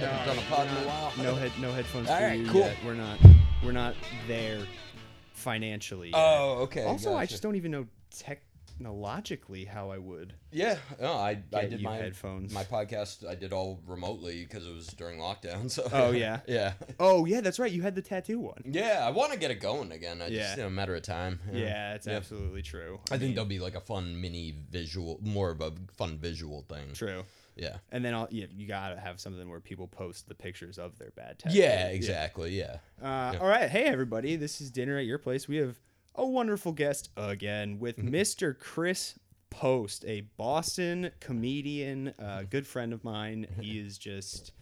haven't done a pod in a while. No head, no headphones All for right, you cool. yet. We're not, we're not there financially. yet. Oh, okay. also, I gotcha. just don't even know technologically how I would. Yeah, no, I I Get did you my headphones. My podcast I did all remotely because it was during lockdown. So Oh, yeah. yeah, Oh yeah, that's right. You had the tattoo one. yeah. I want to get it going again. I Yeah. just you know, matter of time. you know. Yeah, it's Yeah. absolutely true. I think mean, there'll be like a fun mini visual, more of a fun visual thing. true. Yeah. And then I'll, yeah, you gotta have something where people post the pictures of their bad tattoos. Yeah, exactly. Yeah. Uh, All right, hey everybody, this is dinner at your place. We have a wonderful guest again with Mm-hmm. Mr. Chris Post, a Boston comedian, Mm-hmm. uh, good friend of mine. He is just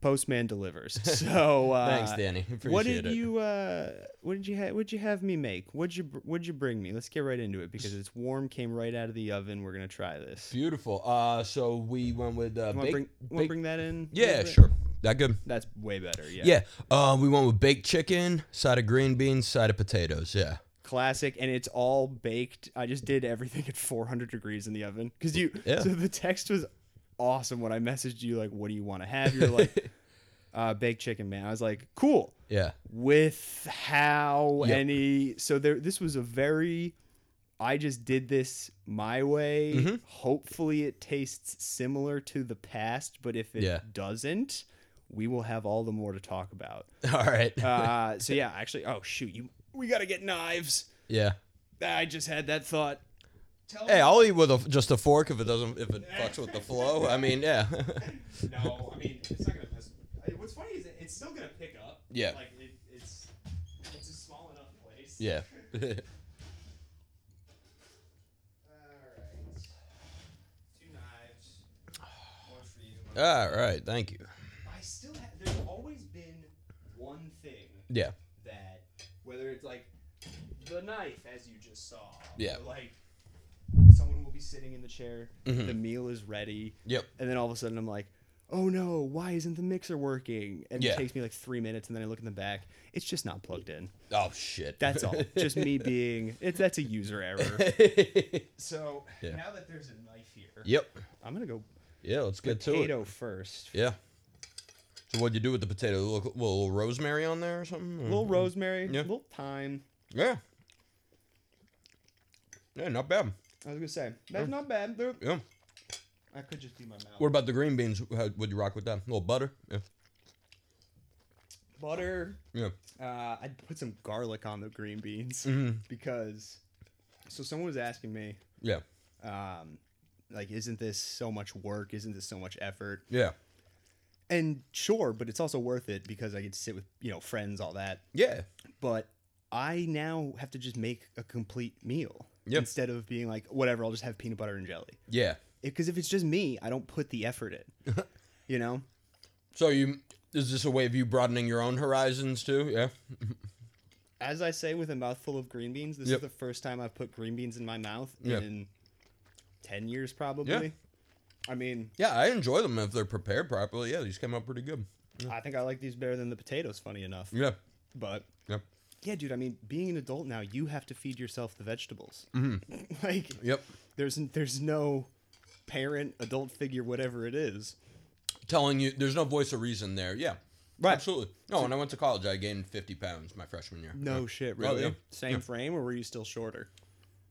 postman delivers. So uh, Thanks, Danny. what Appreciate did it. you uh, what did you ha- what did you have me make? What'd you br- what'd you bring me? Let's get right into it because it's warm, came right out of the oven. We're gonna try this. Beautiful. Uh, so we went with uh, You wanna baked. bring, wanna baked- bring that in? a little yeah, bit? sure. That good. That's way better. Yeah. Yeah. Uh, we went with baked chicken, side of green beans, side of potatoes. Yeah. classic and it's all baked i just did everything at 400 degrees in the oven because you Yeah. so the text was awesome when i messaged you like what do you want to have you're like uh baked chicken man i was like cool Yeah. with how Yep. any so there this was a very i just did this my way Mm-hmm. hopefully it tastes similar to the past but if it Yeah. doesn't we will have all the more to talk about All right. uh so yeah actually oh shoot you we gotta get knives yeah. I just had that thought. Hey, I'll eat with a, just a fork if it doesn't if it fucks with the flow. I mean, yeah, No, I mean it's not gonna mess. I- What's funny is it- it's still gonna pick up. Yeah. Like it, it's it's a small enough place. yeah. Alright. Two knives. One for you. All right, thank you. I still ha- there's always been one thing Yeah, that whether it's like the knife as you just saw. Yeah. Or like someone will be sitting in the chair, Mm-hmm. the meal is ready. yep, and then all of a sudden I'm like, oh no, why isn't the mixer working? And Yeah. it takes me like three minutes, and then I look in the back, it's just not plugged in. Oh shit. That's all. just me being it's that's a user error. So Yeah. now that there's a knife here, yep. I'm gonna go Yeah, let's get to it. Mm-hmm. potato first. Yeah. So what'd you do with the potato? A little, a little rosemary on there or something? A little rosemary, Yeah. a little thyme. Yeah. Yeah, not bad. I was gonna say that's not bad. There, Yeah. that could just be my mouth. What about the green beans? How, would you rock with that? A little butter? Yeah. Butter. Yeah. Uh, I'd put some garlic on the green beans Mm-hmm. because. So someone was asking me, Yeah. um, like, isn't this so much work? Isn't this so much effort? Yeah. and sure, but it's also worth it because I get to sit with you know friends, all that. Yeah. But I now have to just make a complete meal Yep. instead of being like whatever. I'll just have peanut butter and jelly Yeah. because if it's just me, I don't put the effort in. you know, So you is this a way of you broadening your own horizons too? Yeah. as I say with a mouthful of green beans, this Yep. is the first time I've put green beans in my mouth Yeah. in ten years, probably. I mean, Yeah, I enjoy them if they're prepared properly. Yeah, these came out pretty good. I think I like these better than the potatoes. Funny enough, Yeah. but Yep. yeah, dude. I mean, being an adult now, you have to feed yourself the vegetables. Mm-hmm. like, Yep. There's there's no parent, adult figure, whatever it is. Telling you there's no voice of reason there. Yeah. Right. Absolutely. No, when I went to college I gained fifty pounds my freshman year. No Yeah. shit, Oh, really. yeah. Same frame, or were you still shorter?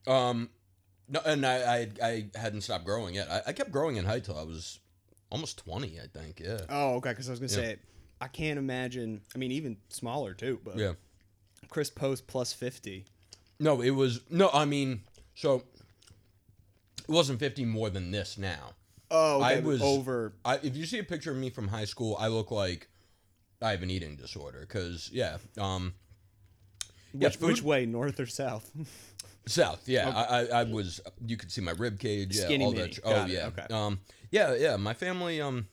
Um no and I I, I hadn't stopped growing yet. I, I kept growing in height till I was almost twenty, I think. Yeah. Oh, okay. Because I was gonna say, I can't imagine. I mean, even smaller too. But yeah. Chris Post plus fifty. No, it was no, I mean so it wasn't fifty more than this now. Oh, I I was- was over. I, if you see a picture of me from high school, I look like I have an eating disorder. Because yeah, um, yeah, Which, food- which way, north or south? south. Yeah, I, I, I was. You could see my rib cage. Yeah, Oh. Skinny all mini, that. tr- Oh got it, yeah. okay. Um, yeah, yeah. My family. Um,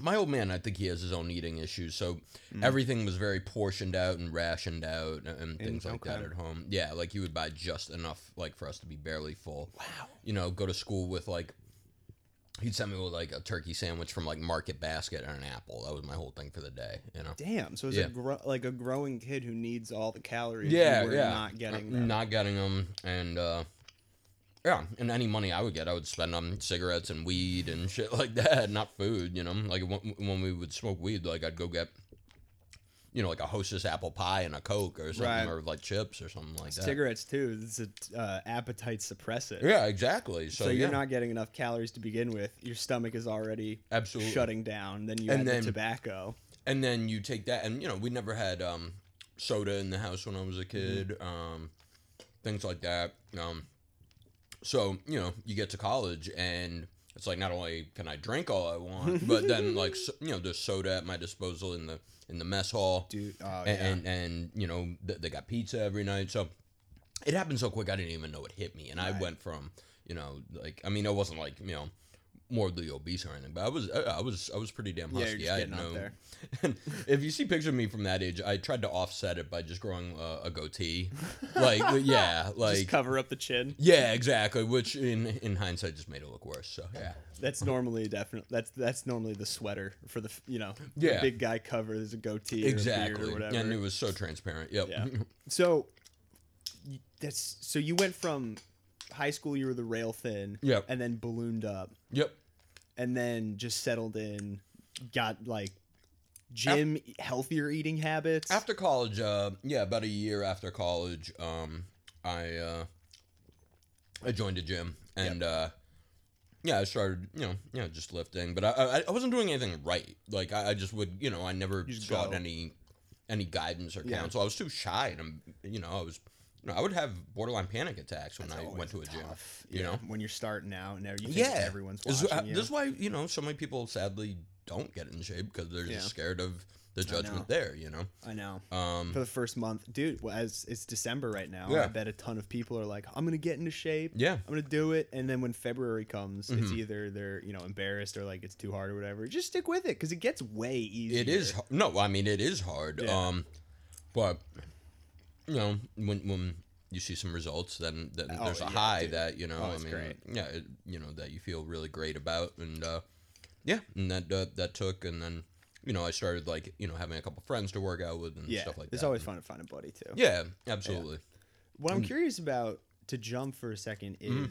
my old man, I think he has his own eating issues. So Mm. everything was very portioned out and rationed out and, and things like that okay. at home. Yeah, like he would buy just enough, like for us to be barely full. Wow. You know, go to school with like. He'd send me with like a turkey sandwich from like Market Basket and an apple. That was my whole thing for the day. You know. Damn. So it's Yeah. a gro- like a growing kid who needs all the calories. Yeah, you were yeah. Not getting Uh, them. Not getting them, and uh, Yeah, and any money I would get, I would spend on cigarettes and weed and shit like that, not food. You know, like when, when we would smoke weed, like I'd go get, you know, like a Hostess apple pie and a Coke or something, Right. or like chips or something like that. Cigarettes too. It's an uh, appetite suppressant. Yeah, exactly. So, So, you're yeah, not getting enough calories to begin with. Your stomach is already absolutely. shutting down. Then you And add then- the tobacco. and then you take that and you know we never had um soda in the house when i was a kid um things like that um so you know you get to college and it's like not only can i drink all i want but then like so, you know there's soda at my disposal in the in the mess hall Dude, oh, and, yeah. and and you know th- they got pizza every night so it happened so quick i didn't even know it hit me and i Right. went from you know like i mean i wasn't like you know morbidly obese or anything but i was i, I was i was pretty damn Yeah, you're husky just i had getting up no there. and if you see pictures of me from that age i tried to offset it by just growing uh, a goatee like yeah Just like cover up the chin. yeah exactly which in in hindsight just made it look worse so yeah That's normally definitely that's that's normally the sweater for the f- you know the Yeah. big guy cover. There's a goatee or, a exactly beard or and it whatever. was so transparent yep Yeah. So y- that's so you went from high school. You were the rail thin. Yep. And then ballooned up, yep and then just settled in. Got like gym e, healthier eating habits. after college uh yeah about a year after college um i uh i joined a gym and uh yeah i started you know you know just lifting but i i, I wasn't doing anything right like i, I just would you know i never just sought go. any any guidance or Yeah. counsel i was too shy and i'm you know i was you know, i would have borderline panic attacks when It's i always went to a gym tough, you know? when you're starting out and every- you think yeah everyone's This is wh- watching you. this is why you know so many people sadly don't get in shape because they're Yeah. just scared of the know. judgment there you know I know. um For the first month, dude. Well, as it's December right now, I Yeah. bet a ton of people are like, "I'm gonna get into shape. yeah Mm-hmm. I'm gonna do it." And then when February comes, it's either they're you know embarrassed or like it's too hard or whatever. Just stick with it because it gets way easier. It is h- no, I mean it is hard. Yeah. Um, but you know when when you see some results, then, then Oh, there's a yeah, high dude. that you know. Oh, I it's mean, great. yeah, it, you know that you feel really great about, and uh, yeah, and that uh, that took, and then you know I started like you know having a couple friends to work out with and yeah. stuff like it's that. always fun to find a buddy too. yeah, Mm. absolutely. What I'm curious about to jump for a second is, Mm-hmm.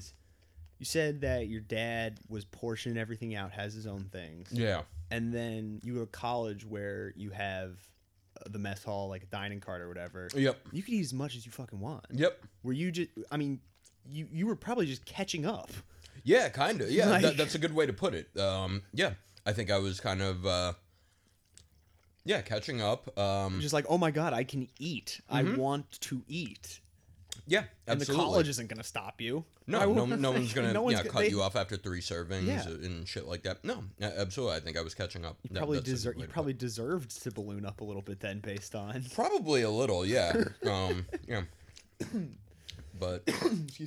you said that your dad was portioning everything out, has his own things. Yeah, and then you go to college where you have uh, the mess hall, like a dining cart or whatever. yep, You could eat as much as you fucking want. yep. Were you just? I mean, you you were probably just catching up. Yeah, kind of. Yeah, Like- that, that's a good way to put it. Um, yeah, I think I was kind of uh, yeah catching up. Um, Just like, oh my god, I can eat. I want to eat. yeah, And Mm-hmm. absolutely. the college isn't gonna stop you. Why No, no, would- no one's gonna no one's yeah, gonna- cut they- you off after three servings Yeah. and shit like that. No, a- absolutely. I think I was catching up. That- Probably that's a good deserve. way You to put probably it. deserved to balloon up a little bit then, based on. probably a little, yeah, um, yeah. But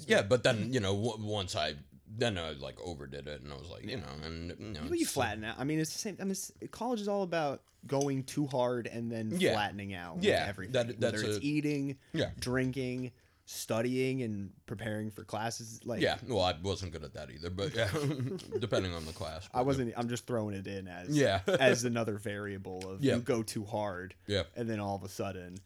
yeah, but then you know w- once I then I like overdid it and I was like you know and you know But you it's- flatten out. I mean, it's the same. I mean, it's, college is all about going too hard and then Yeah. flattening out. with Yeah, everything. that- that's whether it's a- eating, Yeah. drinking, studying, and preparing for classes. Like, yeah. Well, I wasn't good at that either, but yeah, depending on the class. but I yeah. wasn't. I'm just throwing it in as Yeah. as another variable of Yeah. you go too hard. Yeah. mm-hmm, and then all of a sudden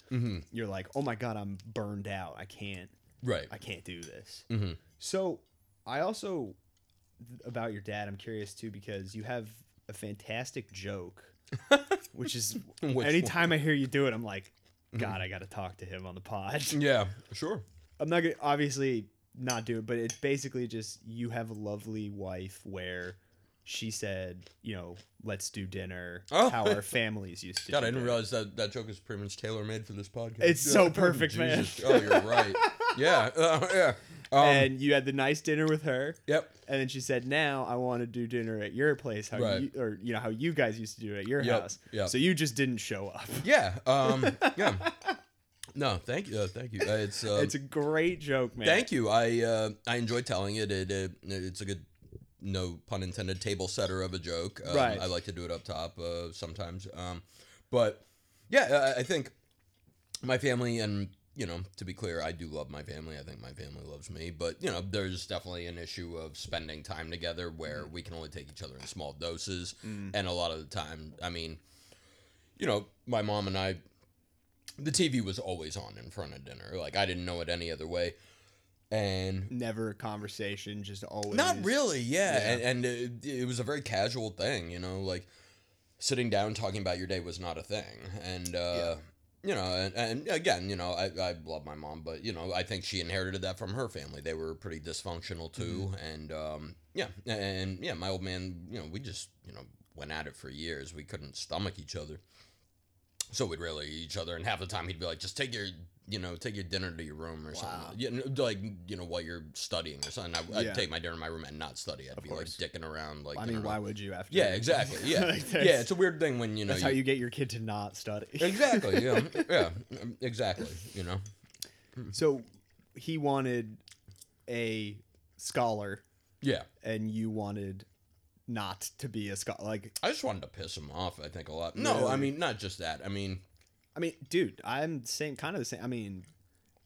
you're like, oh my god, I'm burned out. I can't. right. I can't do this. Mhm. So I also th- about your dad. I'm curious too because you have a fantastic joke, which is Which Mm-hmm. anytime I hear you do it, I'm like, God, I got to talk to him on the pod. Yeah. Sure. I'm not gonna obviously not do it, but it's basically just you have a lovely wife where. She said, "You know, let's do dinner. Oh. How our families used to." God, do I didn't it." realize that that joke is pretty much tailor made for this podcast. It's so perfect, man. Jesus. Oh, you're right. yeah, uh, yeah. Um, and you had the nice dinner with her. yep. And then she said, "Now I want to do dinner at your place, how Right. you, or you know how you guys used to do it at your Yep, house." yep. So you just didn't show up. Yeah. Um, yeah. No, thank you. Uh, thank you. Uh, it's uh, it's a great joke, man. thank you. I uh, I enjoy telling it. It, it. It's a good, no pun intended, table setter of a joke. Um, Right. I like to do it up top uh, sometimes. Um, but yeah, I, I think my family and you know to be clear i do love my family i think my family loves me but you know there's definitely an issue of spending time together where we can only take each other in small doses and a lot of the time i mean you know my mom and i the tv was always on in front of dinner like i didn't know it any other way and Never a conversation, just always. not really, yeah. Yeah. And, and it, it was a very casual thing, you know, like sitting down talking about your day was not a thing. And, uh, you know, and, and again, you know, I, I love my mom, but, you know, I think she inherited that from her family. They were pretty dysfunctional too. Mm-hmm. And, um, yeah. And, yeah, my old man, you know, we just, you know, went at it for years. We couldn't stomach each other. So we'd rally each other, and half the time he'd be like, "Just take your, you know, take your dinner to your room or Wow. something." You know, like you know, while you're studying or something. I, I'd Yeah. take my dinner in my room and not study. I'd be course. like dicking around, like I in mean, her why room. would you after? Yeah, exactly. Yeah, Like, yeah. that's- It's a weird thing when you know. That's how you get your kid to not study. exactly. Yeah, yeah, exactly. You know. so he wanted a scholar, Yeah, and you wanted not to be a scholar. Like, I just wanted to piss him off. I think a lot. No, I Really? mean not just that. I mean, I mean, dude, I'm same kind of the same. I mean,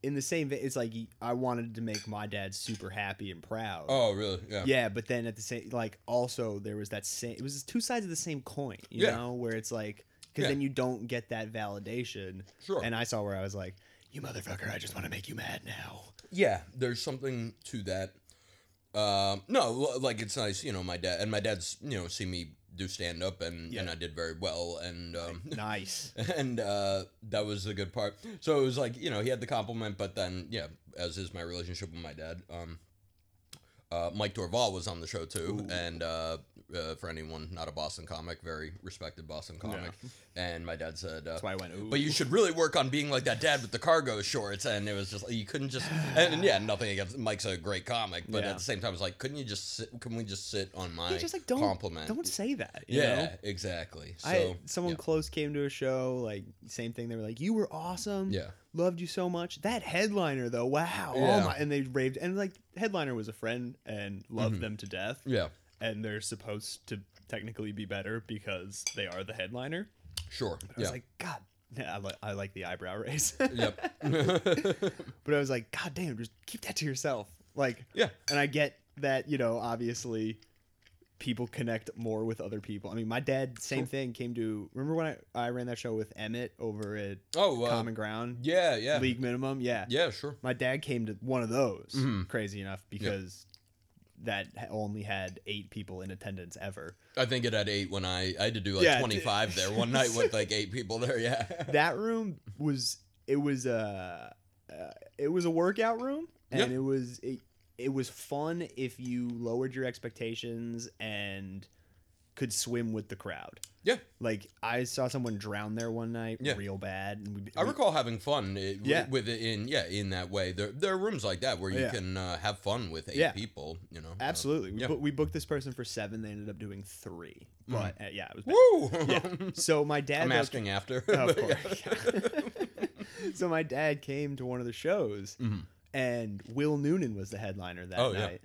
in the same, vein, it's like I wanted to make my dad super happy and proud. oh really? Yeah. Yeah, but then at the same, like also there was that same. It was two sides of the same coin, you Yeah. know, where it's like because Yeah. then you don't get that validation. Sure. And I saw where I was like, "You motherfucker! I just want to make you mad now." yeah there's something to that um no l- like it's nice you know my dad and my dad's you know see me do stand up and Yeah. and i did very well and um Nice. and uh that was the good part so it was like you know he had the compliment but then yeah as is my relationship with my dad um uh, Mike Dorval was on the show too, Ooh. and uh, uh, for anyone not a Boston comic, very respected Boston comic. And my dad said, uh, That's why I went. Ooh. but you should really work on being like that dad with the cargo shorts. And it was just you couldn't just and, and yeah, nothing against Mike's a great comic, but Yeah. at the same time, it's like couldn't you just sit, can we just sit on my yeah, just like don't compliment? don't say that. You yeah, Know? exactly. So I someone yeah. close came to a show, like same thing. They were like, "You were awesome. Yeah. loved you so much." That headliner though, wow. Yeah. Oh my! And they raved, and like headliner was a friend and loved them to death. Mm-hmm. yeah, and they're supposed to technically be better because they are the headliner. sure, I yeah, was like, God, yeah, I, li- I like the eyebrow raise, yep, but I was like, God damn, just keep that to yourself. Like, yeah, and I get that, you know, obviously people connect more with other people. I mean, my dad, same Sure. thing, came to remember when I, I ran that show with Emmett over at oh, uh, Common Ground, yeah, yeah, League Minimum? Yeah. yeah, sure, My dad came to one of those, Mhm. crazy enough, because that ha- only had eight people in attendance ever. I think it had eight when I I had to do like Yeah, it did. twenty five there one night with like eight people there, yeah, that room was it was a uh, it was a workout room and Yep. it was it, it was fun if you lowered your expectations and could swim with the crowd yeah. like i saw someone drown there one night Yeah. real bad and we, I recall having fun i- Yeah. with it in yeah in that way. There there are rooms like that where you Yeah. can uh, have fun with eight Yeah. people. You know, uh, absolutely we, Yeah. bu- we booked this person for seven they ended up doing three but uh, yeah it was bad. Woo! so my dad I'm though, asking after. Oh, of but yeah. course. so my dad came to one of the shows, Mhm. and Will Noonan was the headliner that Oh, yeah. night.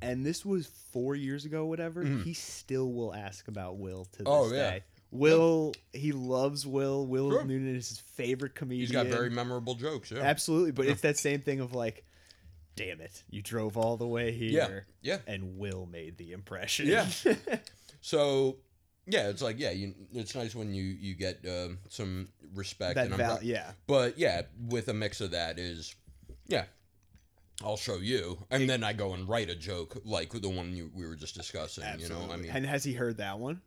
And this was four years ago, whatever. Mhm. He still will ask about Will to this Oh, yeah. day. Will, he loves Will. Will Sure. Noonan is his favorite comedian. He's got very memorable jokes. Yeah. Absolutely, but it's that same thing of like, damn it, you drove all the way Yeah. here, Yeah. and Will made the impression. Yeah. So yeah, it's like yeah, you, it's nice when you you get um, some respect. that and I'm val- proud- yeah. But yeah, with a mix of that is yeah. I'll show you, and then I go and write a joke like the one you, we were just discussing. Absolutely. You know, I mean, and has he heard that one?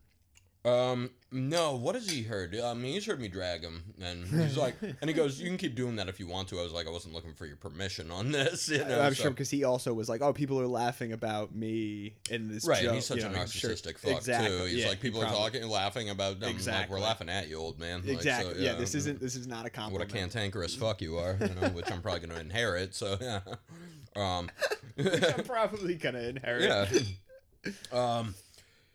Um, no, what has he heard? I mean, he's heard me drag him, and he's like, and he goes, "You can keep doing that if you want to." I was like, I wasn't looking for your permission on this, you know. I'm so- sure because he also was like, "Oh, people are laughing about me in this Right, joke." and he's such you a know, I'm sure- narcissistic fuck too. He's yeah, like, he people are probably- talking, and laughing about. them. like, we're Exactly. laughing at you, old man. Like, so, Exactly. yeah, this isn't. This is not a what a compliment. cantankerous fuck you are, you know, which I'm probably going to inherit. So yeah, um, Which I'm probably gonna inherit. yeah, um,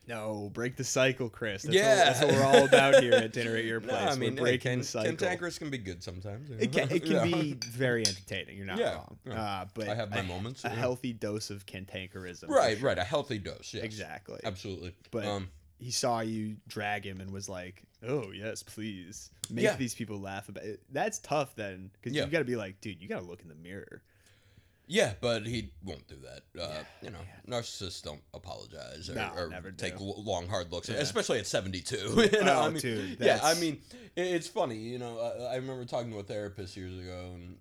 No, break the cycle, Chris. That's Yeah. All, that's what we're all about here at dinner at your no, place. I mean, we're hey, breaking can, the cycle. cantankerous can be good sometimes. you It can, know? it can Yeah. be very entertaining. You're not Yeah, wrong. yeah. Uh, but I have my a- moments, A yeah. healthy dose of cantankerism. for right, sure. right, a healthy dose. Yes, Exactly. Absolutely. But- um, He saw you drag him and was like, "Oh yes, please make Yeah. these people laugh about it." That's tough then, because Yeah. you got to be like, "Dude, you got to look in the mirror." yeah, but he won't do that. Uh, Yeah, you know, yeah. narcissists don't apologize or, No, or never do. take l- long, hard looks, Yeah. especially at 72. You know, I Oh, mean, dude, yeah, I that's- uh, mean, i- it's funny. You know, I, I remember talking to a therapist years ago, and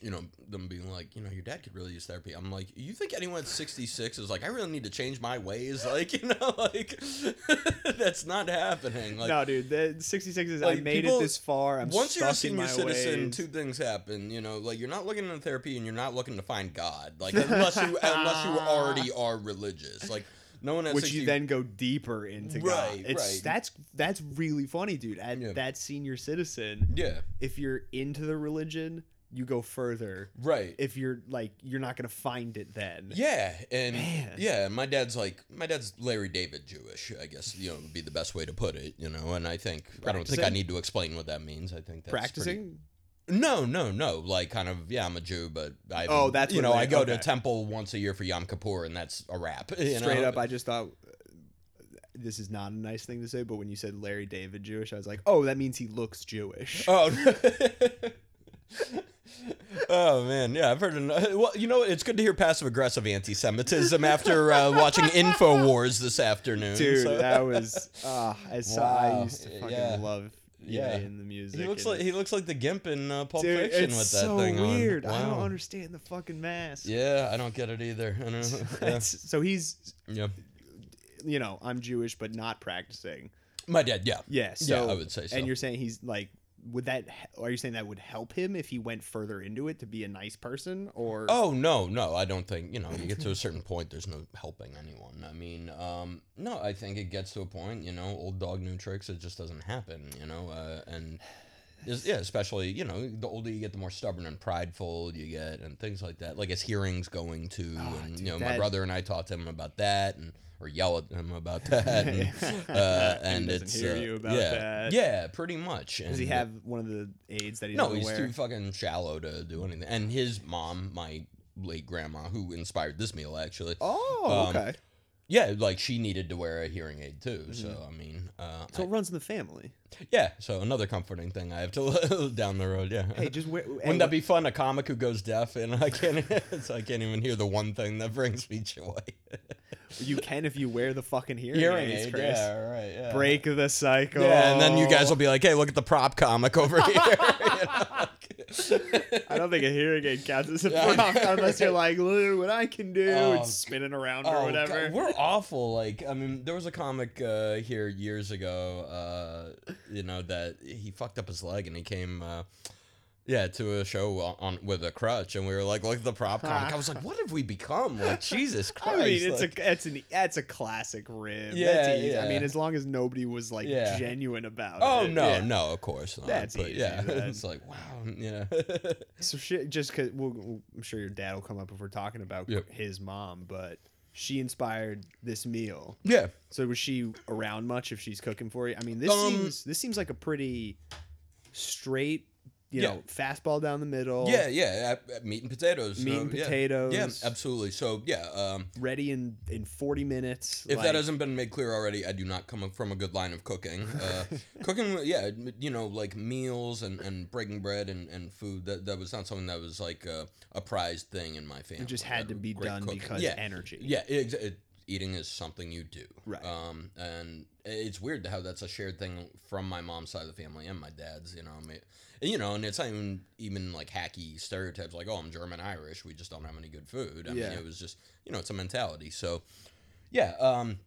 you know, them being like, you know, your dad could really use therapy. I'm like, you think anyone at 66 is like, I really need to change my ways? Like, you know, like that's not happening. Like, no, dude. The 66 is I like, made people- it this far. I'm once stuck you're a senior in my citizen, ways. two things happen. You know, like you're not looking in therapy, and you're not looking to find God. Like unless you unless you already are religious. Like no one at which 60 you then go deeper into God. Right, It's right. that's that's really funny, dude. At Yeah. that senior citizen, yeah if you're into the religion, you go further. right If you're like you're not gonna find it then. yeah and Man. yeah my dad's like my dad's Larry David Jewish I guess you know would be the best way to put it you know and I think I don't think I Practicing? need to explain what that means I think that's pretty- Practicing? No, no, no. Like, kind of, yeah, I'm a Jew, but I. Oh, that's you what know, it I is. go to Okay. temple once a year for Yom Kippur, and that's a wrap. you Straight know? up, I just thought uh, this is not a nice thing to say, but when you said Larry David Jewish, I was like, oh, that means he looks Jewish. Oh. oh man, yeah, I've heard. An- well, you know, what? it's good to hear passive aggressive anti-Semitism after uh, watching Infowars this afternoon. Dude, so- that was ah, I saw. I Wow, used to fucking yeah. love Yeah. yeah in the music. he looks and- like he looks like the Gimp in uh, Pulp Dude, Fiction it's with that so thing on. weird. I don't Wow. understand the fucking mask. Yeah, I don't get it either. I don't, yeah. That's- so he's, yeah, you know, I'm Jewish but not practicing. my dad. Yeah, Yeah. yeah, So, I would say so. and you're saying he's like, would that? he- Are you saying that would help him if he went further into it to be a nice person? Or Oh no, no, I don't think you know. You get to a certain point, there's no helping anyone. I mean, um, no, I think it gets to a point. You know, old dog, new tricks. It just doesn't happen. You know, uh, and is- yeah, especially you know, the older you get, the more stubborn and prideful you get, and things like that. Like his hearings going to, Ah, and dude, you know, my that- brother and I talked to him about that, and or yell at him about that, and, uh, And he and doesn't it's hear uh, you about yeah, that. yeah, pretty much. does he and- uh, have one of the aids that he no, doesn't he's wear? too fucking shallow to do anything. And his mom, my late grandma, who inspired this meal actually, oh, um, okay. yeah, like she needed to wear a hearing aid too. So I mean, uh, Mm-hmm. so it runs in the family. I- yeah. So another comforting thing I have to down the road. Yeah. Hey, just wear. Wouldn't that be fun? A comic who goes deaf and I can't, so I can't even hear the one thing that brings me joy. You can if you wear the fucking hearing, Hearing aids, aid, Chris. yeah, right, yeah. Break the cycle. Yeah, and then you guys will be like, "Hey, look at the prop comic over here." you know? I don't think a hearing aid counts as a Yeah. prop unless you're like, look what I can do. Oh, it's spinning around or God, whatever. we're awful. Like, I mean, there was a comic uh, here years ago, uh, you know, that he fucked up his leg and he came, uh, yeah, to a show on, on with a crutch, and we were like, "Look at the prop comic." I was like, "What have we become?" Like, Jesus I Christ! mean, it's like, a it's an that's a classic rib. Yeah, that's easy. I mean, yeah. as long as nobody was like Yeah. genuine about oh it. no, Yeah. no, of course not. That's but easy, yeah, then. it's like wow, yeah, So shit, just because we'll, we'll- I'm sure your dad will come up if we're talking about Yep. his mom, but she inspired this meal. yeah. So was she around much if she's cooking for you? I mean, this Um, seems this seems like a pretty straight, you Yeah. know, fastball down the middle. Yeah, yeah, uh, uh, meat and potatoes. Meat so, and yeah. potatoes. Yeah, absolutely. So, yeah, um, ready in in 40 minutes. If like- that hasn't been made clear already, I do not come from a good line of cooking. Uh, cooking, yeah, you know, like meals and, and breaking bread and, and food, that, that was not something that was like a, a prized thing in my family. it just had to That be great done cooking. because yeah, energy. Yeah, it, it, eating is something you do. Right. Um, and it's weird how that's a shared thing from my mom's side of the family and my dad's, you know. I mean, you know, and it's not even, even like hacky stereotypes like, oh, I'm German Irish, we just don't have any good food. I Yeah. mean, it was just, you know, it's a mentality. So, yeah, um,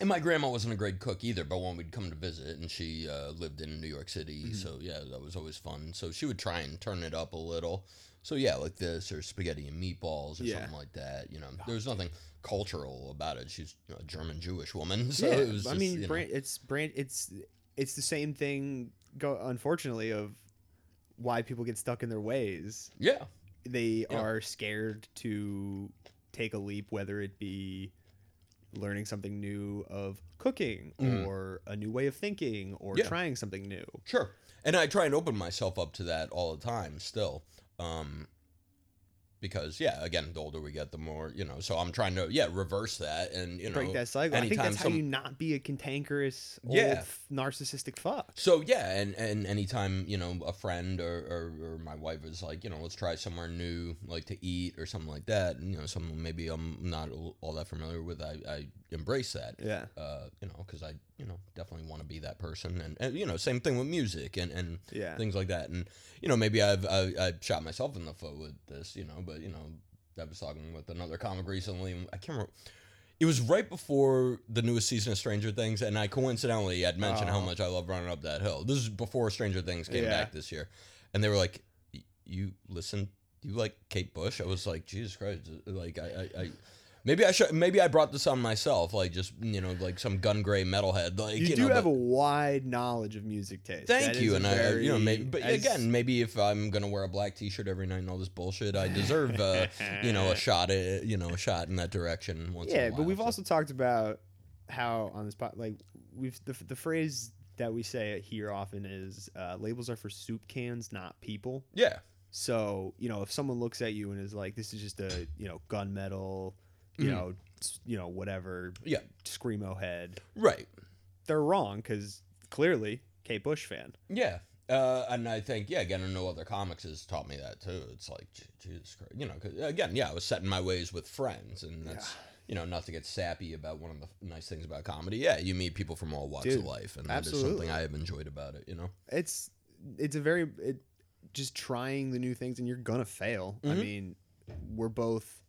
and my grandma wasn't a great cook either, but when we'd come to visit, and she uh, lived in New York City, Mm-hmm. so yeah, that was always fun. So she would try and turn it up a little. So yeah, like this or spaghetti and meatballs or Yeah. Oh, something like that. You know, there was nothing cultural about it. She's a German Jewish woman, so yeah, it was. I just, mean, you know, brand, it's brand. It's it's the same thing. Go unfortunately of why people get stuck in their ways. yeah, They Yeah. are scared to take a leap, whether it be learning something new of cooking Mhm. or a new way of thinking or Yeah. trying something new. sure. And I try and open myself up to that all the time. Still, um, because yeah, again, the older we get, the more you know. So I'm trying to yeah reverse that and you know break that cycle. I think anytime that's how some- you not be a cantankerous, old, Yeah. f- narcissistic fuck. So yeah, and and anytime you know a friend or, or or my wife is like, you know, let's try somewhere new, like to eat or something like that. And, you know, something maybe I'm not all all that familiar with. I, I embrace that. Yeah. Uh, you know, because I you know definitely want to be that person, and, and you know, same thing with music and and Yeah. things like that. And you know, maybe I've I, I shot myself in the foot with this, you know. But you know, I was talking with another comic recently, and I can't remember. It was right before the newest season of Stranger Things, and I coincidentally had mentioned how Oh. much I love running up that hill. This is before Stranger Things came Yeah. back this year, and they were like, "Y- "You listen, you like Kate Bush?" I was like, "Jesus Christ!" uh, Like I. I, I Maybe I should. Maybe I brought this on myself, like just you know, like some gun gray metalhead. Like You, you, do know, have but- a wide knowledge of music taste. Thank That you, is and I, I- you know, very- maybe, but as- again, maybe if I'm gonna wear a black T-shirt every night and all this bullshit, I deserve, uh, you know, a shot, at, you know, a shot in that direction. Once in a yeah. But while, we've so. also talked about how on this pot, like we've the, the phrase that we say here often is uh, labels are for soup cans, not people. yeah, So you know, if someone looks at you and is like, "This is just a you know gunmetal, you Mhm. know, s- you know whatever, Yeah. screamo head," right, they're wrong because clearly Kate Bush fan. yeah, uh, and I think yeah, again, I know other comics has taught me that too. It's like Je- Jesus Christ, you know, 'cause, again, yeah, I was setting my ways with friends, and that's. You know, not to get sappy about one of the nice things about comedy. Yeah, you meet people from all walks Dude, of life, and that is absolutely. something I have enjoyed about it. You know, It's it's a very it, just trying the new things and you're gonna fail. I Mhm. mean, we're both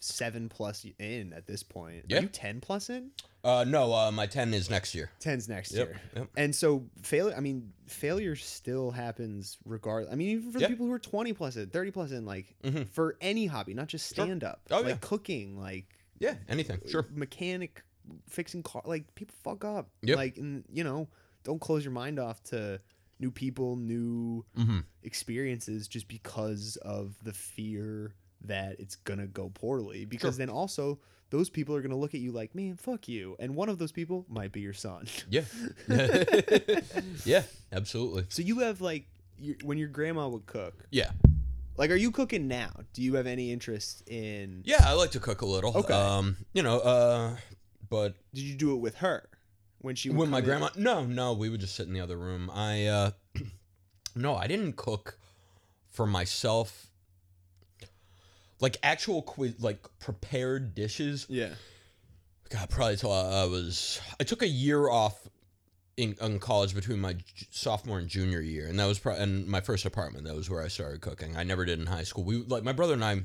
seven plus in at this point. Yeah. Are you ten plus in? uh, no, uh, my ten is next year. Ten's next Yep, year. yep. And so failure, I mean, failure still happens regardless. I mean, even for the Yeah. people who are 20 plus in, 30 plus in, like Mhm. for any hobby, not just Sure. stand up, Oh, like yeah. cooking, like Yeah, anything, sure. mechanic, fixing car, like people fuck up. Yep. Like, and, you know, don't close your mind off to new people, new Mm-hmm. experiences just because of the fear that it's gonna go poorly. Because then also those people are gonna look at you like, man, fuck you. And one of those people might be your son. Yeah. yeah, absolutely. So you have like your, when your grandma would cook. Yeah. Like, are you cooking now? Do you have any interest in? Yeah, I like to cook a little. Okay. Um, you know, uh but Did you do it with her when she? Would when my come in? grandma No, no, we would just sit in the other room. I uh no, I didn't cook for myself like actual quiz like prepared dishes Yeah. God, probably till I, I was. I took a year off in, in college between my j- sophomore and junior year, and that was probably and my first apartment. That was where I started cooking. I never did in high school. We like my brother and I,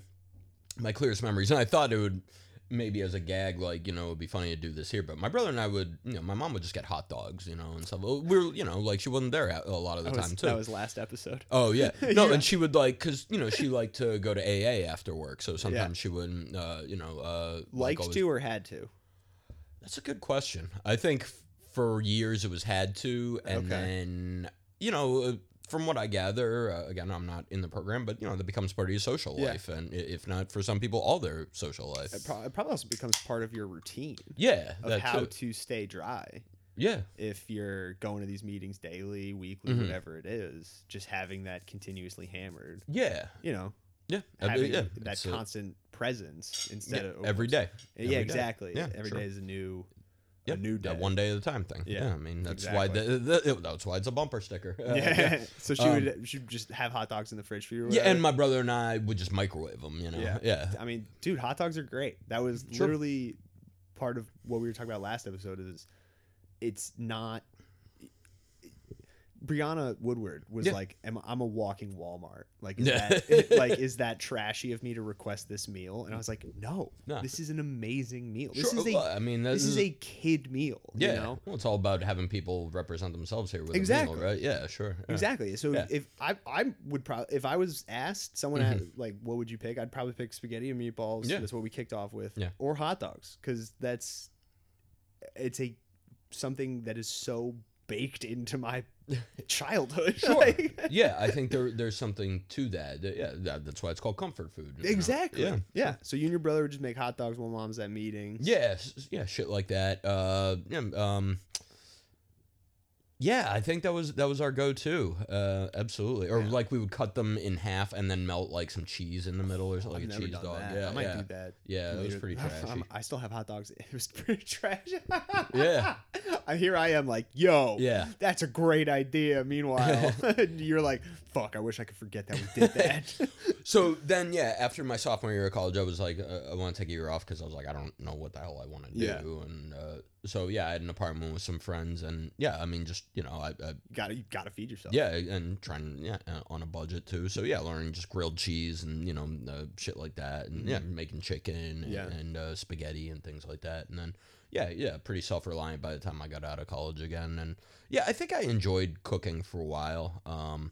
my clearest memories, and I thought it would maybe as a gag, like you know, it'd be funny to do this here. But my brother and I would, you know, my mom would just get hot dogs, you know, and stuff. Oh, We were, you know, like she wasn't there a a lot of the That was, time too. that was last episode. Oh yeah, no, Yeah. and she would like because you know she liked to go to AA after work, so sometimes she wouldn't, uh, you know, uh, Liked always- to or had to? that's a good question. I think f- for years it was had to, and Okay. then you know, uh, from what I gather, uh, again, I'm not in the program, but you know, that becomes part of your social Yeah. life, and i- if not for some people, all their social life. It, pro- it probably also becomes part of your routine yeah, of that how too. to stay dry. Yeah, If you're going to these meetings daily, weekly, Mhm. whatever it is, just having that continuously hammered, yeah, you know, yeah. I having believe- yeah. that it's, uh, constant presence yeah, instead of every day. Yeah, every day. exactly. Every Yeah, day sure. is a new, Yep, a new day. That one day at a time thing. Yeah, Yeah, I mean that's why exactly. the, the, that's why it's a bumper sticker. Uh, yeah. So she Um, would she would just have hot dogs in the fridge for you. or Yeah, and whatever. my brother and I would just microwave them. You know. Yeah. yeah. I mean, dude, hot dogs are great. That was Sure. literally part of what we were talking about last episode. Is it's not. Brianna Woodward was Yeah. like, am, "I'm a walking Walmart. Like, is Yeah. that like is that trashy of me to request this meal?" And I was like, "No, No. this is an amazing meal. This Sure, is a well, I mean, this is a kid meal. Yeah, you know? well, it's all about having people represent themselves here with Exactly. a meal, right? Yeah, sure. Yeah. Exactly. So Yeah. if I I would probably if I was asked someone Mhm. had, like what would you pick, I'd probably pick spaghetti and meatballs. Yeah. That's what we kicked off with. Yeah. Or hot dogs because that's it's a something that is so baked into my childhood. Sure. Like- yeah, I think there there's something to that. That- Yeah, that, that's why it's called comfort food. you know? exactly. Yeah. yeah. So you and your brother would just make hot dogs while mom's at meetings. Yeah, s- yeah, shit like that. Uh, yeah, um, Yeah, I think that was that was our go-to. Uh, absolutely, or like we would cut them in half and then melt like some cheese in the middle or something, like I've a never cheese done dog. that. Yeah, I might yeah. do that. Yeah, that was later. pretty I'm- trashy. I still have hot dogs. It was pretty trashy. Yeah. I here I am like, yo, Yeah. that's a great idea. Meanwhile, you're like, fuck, I wish I could forget that we did that. So then, yeah, after my sophomore year of college, I was like, uh, I want to take a year off because I was like, I don't know what the hell I want to do. Yeah. And uh, so, yeah, I had an apartment with some friends, and yeah, I mean, just you know, I, I you gotta, you gotta feed yourself. yeah, and trying yeah uh, on a budget too. So yeah, learning just grilled cheese and you know uh, shit like that, and yeah, making chicken and, Mm-hmm. Yeah. and uh, spaghetti and things like that, and then. Yeah, yeah, pretty self-reliant by the time I got out of college again, and yeah, I think I enjoyed cooking for a while, um,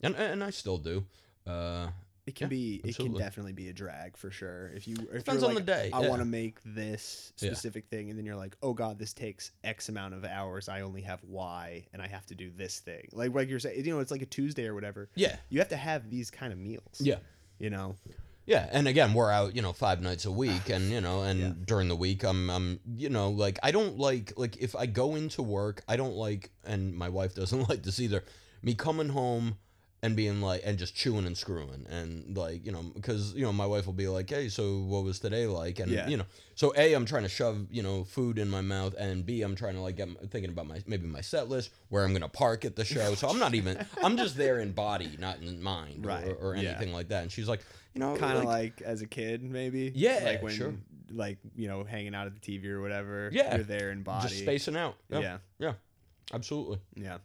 and and I still do. Uh, it can Yeah, be, it can absolutely. definitely be a drag for sure. If you, if Depends you're on like, the day, I yeah. want to make this Yeah. specific thing, and then you're like, oh god, this takes X amount of hours. I only have Y, and I have to do this thing. Like, like you're saying, you know, it's like a Tuesday or whatever. yeah, You have to have these kind of meals. yeah, you know. Yeah, and again, we're out, you know, five nights a week, and you know, and Yeah. during the week, I'm, I'm, you know, like I don't like, like if I go into work, I don't like, and my wife doesn't like this either. Me coming home and being like, and just chewing and screwing, and like, you know, because you know, my wife will be like, hey, so what was today like? And Yeah. you know, so a, I'm trying to shove, you know, food in my mouth, and b, I'm trying to like, get thinking about my maybe my set list, where I'm gonna park at the show. So I'm not even, I'm just there in body, not in mind, Right, or, or yeah. anything like that. And she's like, you know, kind of like, as a kid maybe Yeah, like when sure. like you know hanging out at the tv or whatever Yeah. you're there in body just spacing out. yeah Yeah, yeah, absolutely. Yep.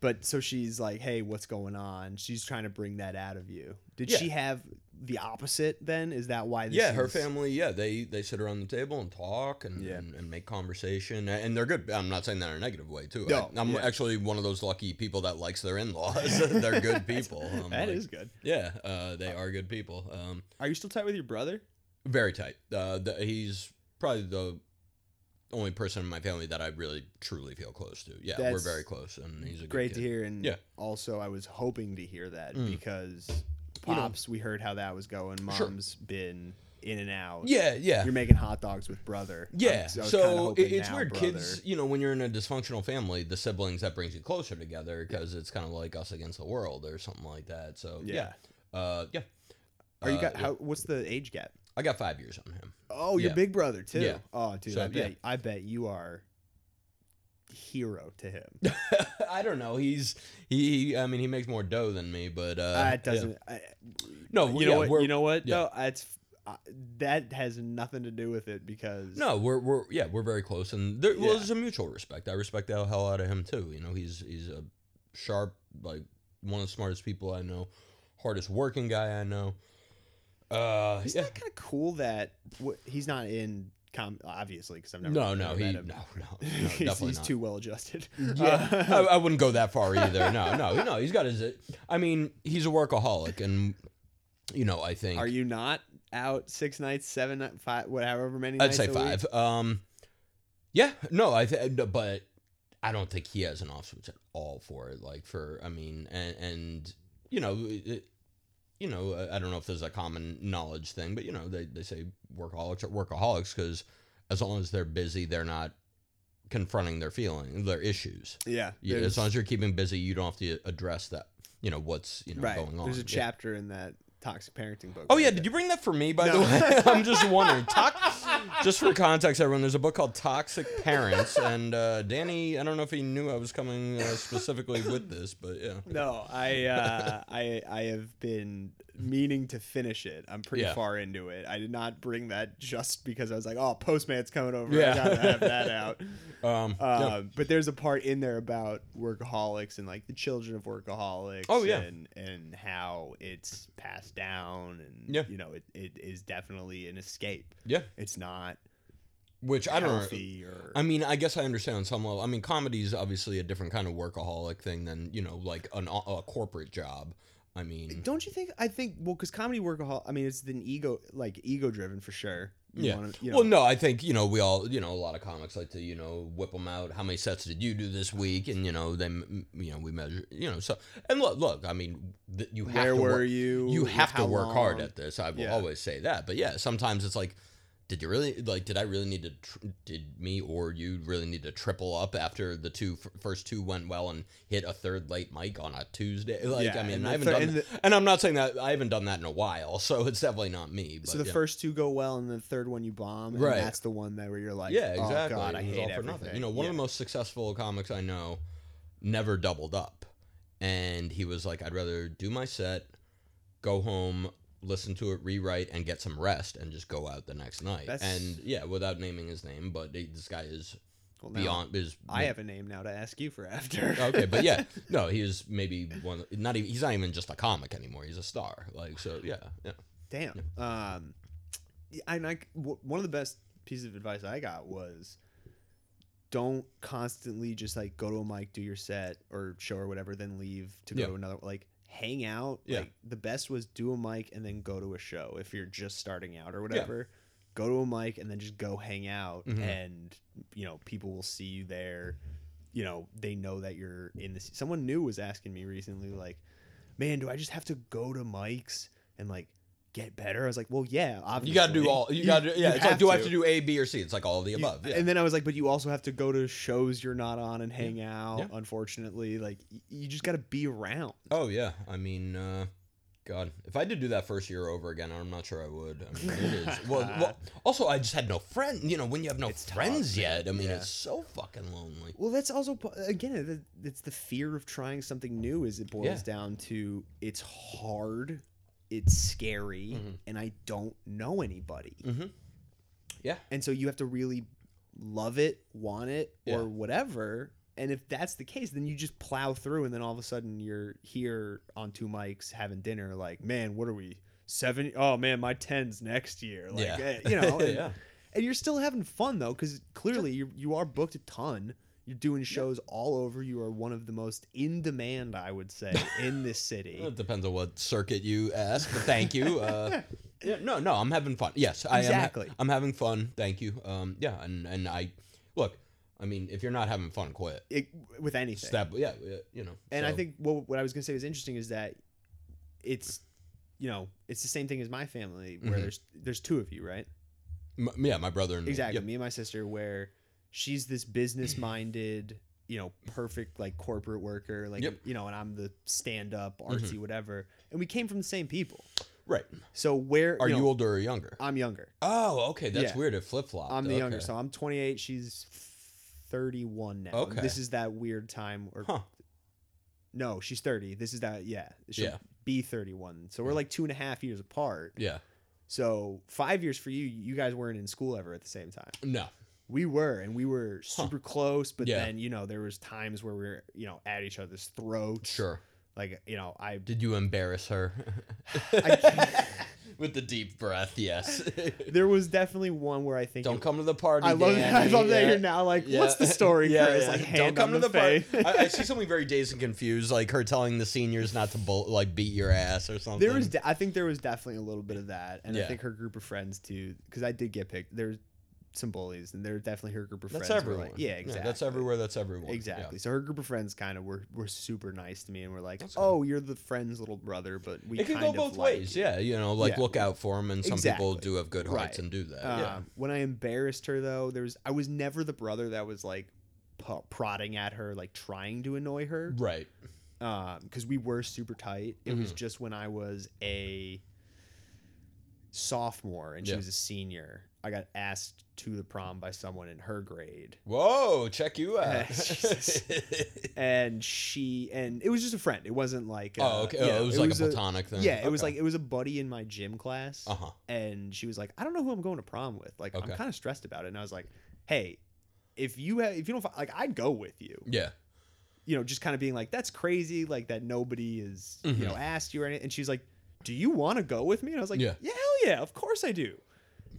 but so she's like hey what's going on she's trying to bring that out of you did Yeah. she have the opposite then is that why this yeah, her is- family. Yeah, they they sit around the table and talk and, Yeah. and, and make conversation, a- and they're good. I'm not saying that in a negative way too. No, I, am yeah. actually one of those lucky people that likes their in laws. they're good people. I'm That like, is good Yeah, uh, they are good people. Um, are you still tight with your brother very tight. Uh, the, he's probably the only person in my family that I really truly feel close to. Yeah, we're That's very close, and he's a good great kid. to hear and Yeah. also i was hoping to hear that Mm. because You know- pops we heard how that was going Sure. mom's been in and out Yeah, yeah. you're making hot dogs with brother I'm- Yeah, I was kinda so hoping it, it's now, weird. brother. Kids, you know, when you're in a dysfunctional family, the siblings that brings you closer together because it's kind of like us against the world or something like that. So yeah, Yeah. yeah. Uh, yeah. Are you Uh, got yeah. how? What's the age gap? I got five years on him. Oh, your Yeah. big brother too. Yeah. Oh, dude, So, I bet yeah. I bet you are hero to him. Uh, I don't know. He's he, he. I mean, he makes more dough than me, but uh, Uh, yeah. it doesn't. I, No, you yeah, know what? we're- You know what? yeah. Though it's uh, that has nothing to do with it because No, we're we're yeah, we're very close, and there well, Yeah. there's a mutual respect. I respect the hell out of him too. You know, he's he's a sharp, like one of the smartest people I know, hardest working guy I know. Uh, Isn't yeah. that kind of cool that wh- he's not in com? Obviously, because I've never. No, I've no, never he met no, him. no, no, he's definitely he's not. too well adjusted. Uh, Yeah, I, I wouldn't go that far either. No, no, no. He's got his. I mean, he's a workaholic, and you know, I think are you not out six nights, seven, night- five, whatever many? I'd nights say a week? five. Um, yeah, no, I th- but I don't think he has an off switch at all for it. Like for, I mean, and, and you know, it, you know, I- I don't know if there's a common knowledge thing, but you know, they they say workaholics are workaholics because as long as they're busy, they're not confronting their feelings, their issues. Yeah, Yeah, there's- as long as you're keeping busy, you don't have to address that. You know what's you know right. going on. There's a Yeah. chapter in that toxic parenting book. Oh about yeah, that. did you bring that for me? By the No. way, I'm just wondering. Tox- just for context, everyone, there's a book called Toxic Parents, and uh, Danny, I don't know if he knew I was coming uh, specifically with this, but yeah. No, I uh, I I have been meaning to finish it. I'm pretty Yeah. far into it. I did not bring that just because I was like, oh, Postman's coming over. I Yeah. gotta have that out. Um, yeah. Uh, But there's a part in there about workaholics and like the children of workaholics. Oh, yeah. and, and how it's passed down and Yeah. you know it, it is definitely an escape. yeah, It's not Which I don't. know. healthy or I mean, I guess I understand on some level. I mean, comedy is obviously a different kind of workaholic thing than you know, like an, a corporate job. I mean, Don't you think? I think well, because comedy workahol. I mean, it's an ego like ego driven for sure. You Yeah. wanna- you know, Well, no, I think you know we all you know a lot of comics like to you know whip them out. How many sets did you do this week? And you know they m- you know we measure you know so and look look I mean th- you have Where to were work, you? you have to How work hard long? at this. I will Yeah. always say that, but yeah, sometimes it's like. did you really like? Did I really need to? Tr- did me or you really need to triple up after the two f- first two went well and hit a third late mic on a Tuesday? Like, Yeah, I mean, and the I haven't thir- done, and and, and I'm not saying that I haven't done that in a while, so it's definitely not me. But So the yeah. first two go well, and the third one you bomb, and Right. that's the one that where you're like, yeah, exactly. Oh God, I it was hate all for everything. nothing. You know, one of Yeah. the most successful comics I know never doubled up, and he was like, "I'd rather do my set, go home." Listen to it, rewrite, and get some rest, and just go out the next night. That's- And yeah, without naming his name, but he- this guy is Well, now beyond is I have a name now to ask you for after. okay, but yeah, no, he is maybe one. of the- Not even he's not even just a comic anymore. He's a star. Like so, yeah, yeah. Damn. Um, yeah, and I w- one of the best pieces of advice I got was don't constantly just like go to a mic, do your set or show or whatever, then leave to go Yeah. to another. Like hang out. Yeah. Like the best was do a mic and then go to a show if you're just starting out or whatever. Go to a mic and then just go hang out, Mhm. and you know people will see you there. You know they know that you're in this. Someone new was asking me recently, like, "Man, do I just have to go to mics and like get better?" I was like, "Well, yeah, obviously." You got to do all. You, got to. Yeah, it's like do I have to do A, B, or C? It's like all of the you- above. yeah. And then I was like, but you also have to go to shows you're not on and hang out. Yeah. Unfortunately, like y- you just got to be around. oh yeah, I mean. uh God, if I did do that first year over again, I'm not sure I would. I mean, it is. Well, well also, I just had no friend. You know, when you have no It's tough, friends man. yet, I mean, Yeah. it's so fucking lonely. Well, that's also p- again, th- it's the fear of trying something new. Is it boils Yeah. down to it's hard, it's scary, Mhm. and I don't know anybody, Mm-hmm. and so you have to really love it, want it, Yeah. or whatever. And if that's the case, then you just plow through, and then all of a sudden you're here on two mics having dinner. Like, man, what are we? Seven oh man, my tens next year. Like, Yeah. eh, you know, and- yeah. and you're still having fun though, because clearly you you are booked a ton. You're doing shows all over. You are one of the most in demand, I would say, in this Well, city. It depends on what circuit you ask, but thank you. Uh, yeah, no, no, I'm having fun. Yes, I Exactly. am. ha- I'm having fun. Thank you. Um, yeah, and and I look. I mean, if you're not having fun, quit. It, with anything. Step. Yeah, yeah, you know. and I so- think what what I was gonna say was interesting is that it's you know it's the same thing as my family where Mhm. there's there's two of you, right? m- yeah, my brother and me, Exactly. Mm-hmm. yep, Me and my sister, where she's this business minded, you know, perfect like corporate worker, like Yep. Mm-hmm. you know, and I'm the stand up artsy whatever, and we came from the same people. right. So where Are you, know, older or younger? I'm younger. oh, okay. That's Yeah. weird. It flip flop. I'm the younger, so I'm 28. She's 31 now. Okay. This is that weird time, or Huh. no, she's 30. This is that, yeah. She'll Yeah. be 31. So we're Yeah. like two and a half years apart. Yeah. So five years for you. You guys weren't in school ever at the same time. No. We were, and we were super close. But Yeah. then you know there was times where we were you know at each other's throats. Sure. Like you know I. Did you embarrass her? I With the deep breath. Yes. there was definitely one where I think Don't it- come to the party. I love that. I Danny. love that Yeah. you're now like, Yeah. what's the story, Yeah, Chris? yeah. Like, hand don't come on to the, party. face. I, I see something very dazed and confused, like her telling the seniors not to bull, like beat your ass or something. There was, de- I think there was definitely a little bit of that, and I Yeah. think her group of friends too, because I did get picked. There's some bullies, and there were definitely her group of that's friends. were everyone. Like, yeah, exactly. that's everywhere. That's everyone. Yeah. Exactly. So her group of friends kind of were were super nice to me, and were like, That's good. "Oh, you're the friend's little brother," but we It can kind go of both like ways. you." Yeah, you know, like Yeah. look out for them, and some people Exactly. do have good hearts Right. and do that. Um, yeah. When I embarrassed her though, there was I was never the brother that was like pu- prodding at her, like trying to annoy her. Right. because um, we were super tight. It Mm-hmm. was just when I was a sophomore and she Yeah. was a senior. I got asked to the prom by someone in her grade, Whoa, check you out. Jesus. and she and it was just a friend. It wasn't like uh, oh, okay. Oh, yeah, it was like a platonic thing. yeah. It was like it was a buddy in my gym class, Uh huh. and she was like, "I don't know who I'm going to prom with. Like, I'm Okay. kind of stressed about it." And I was like, "Hey." If you have, if you don't fi- like, I'd go with you Yeah. you know, just kind of being like, that's crazy, like that nobody is, you Mhm. know, asked you or anything. And she's like, do you want to go with me? And I was like, yeah, Yeah. hell yeah, of course I do.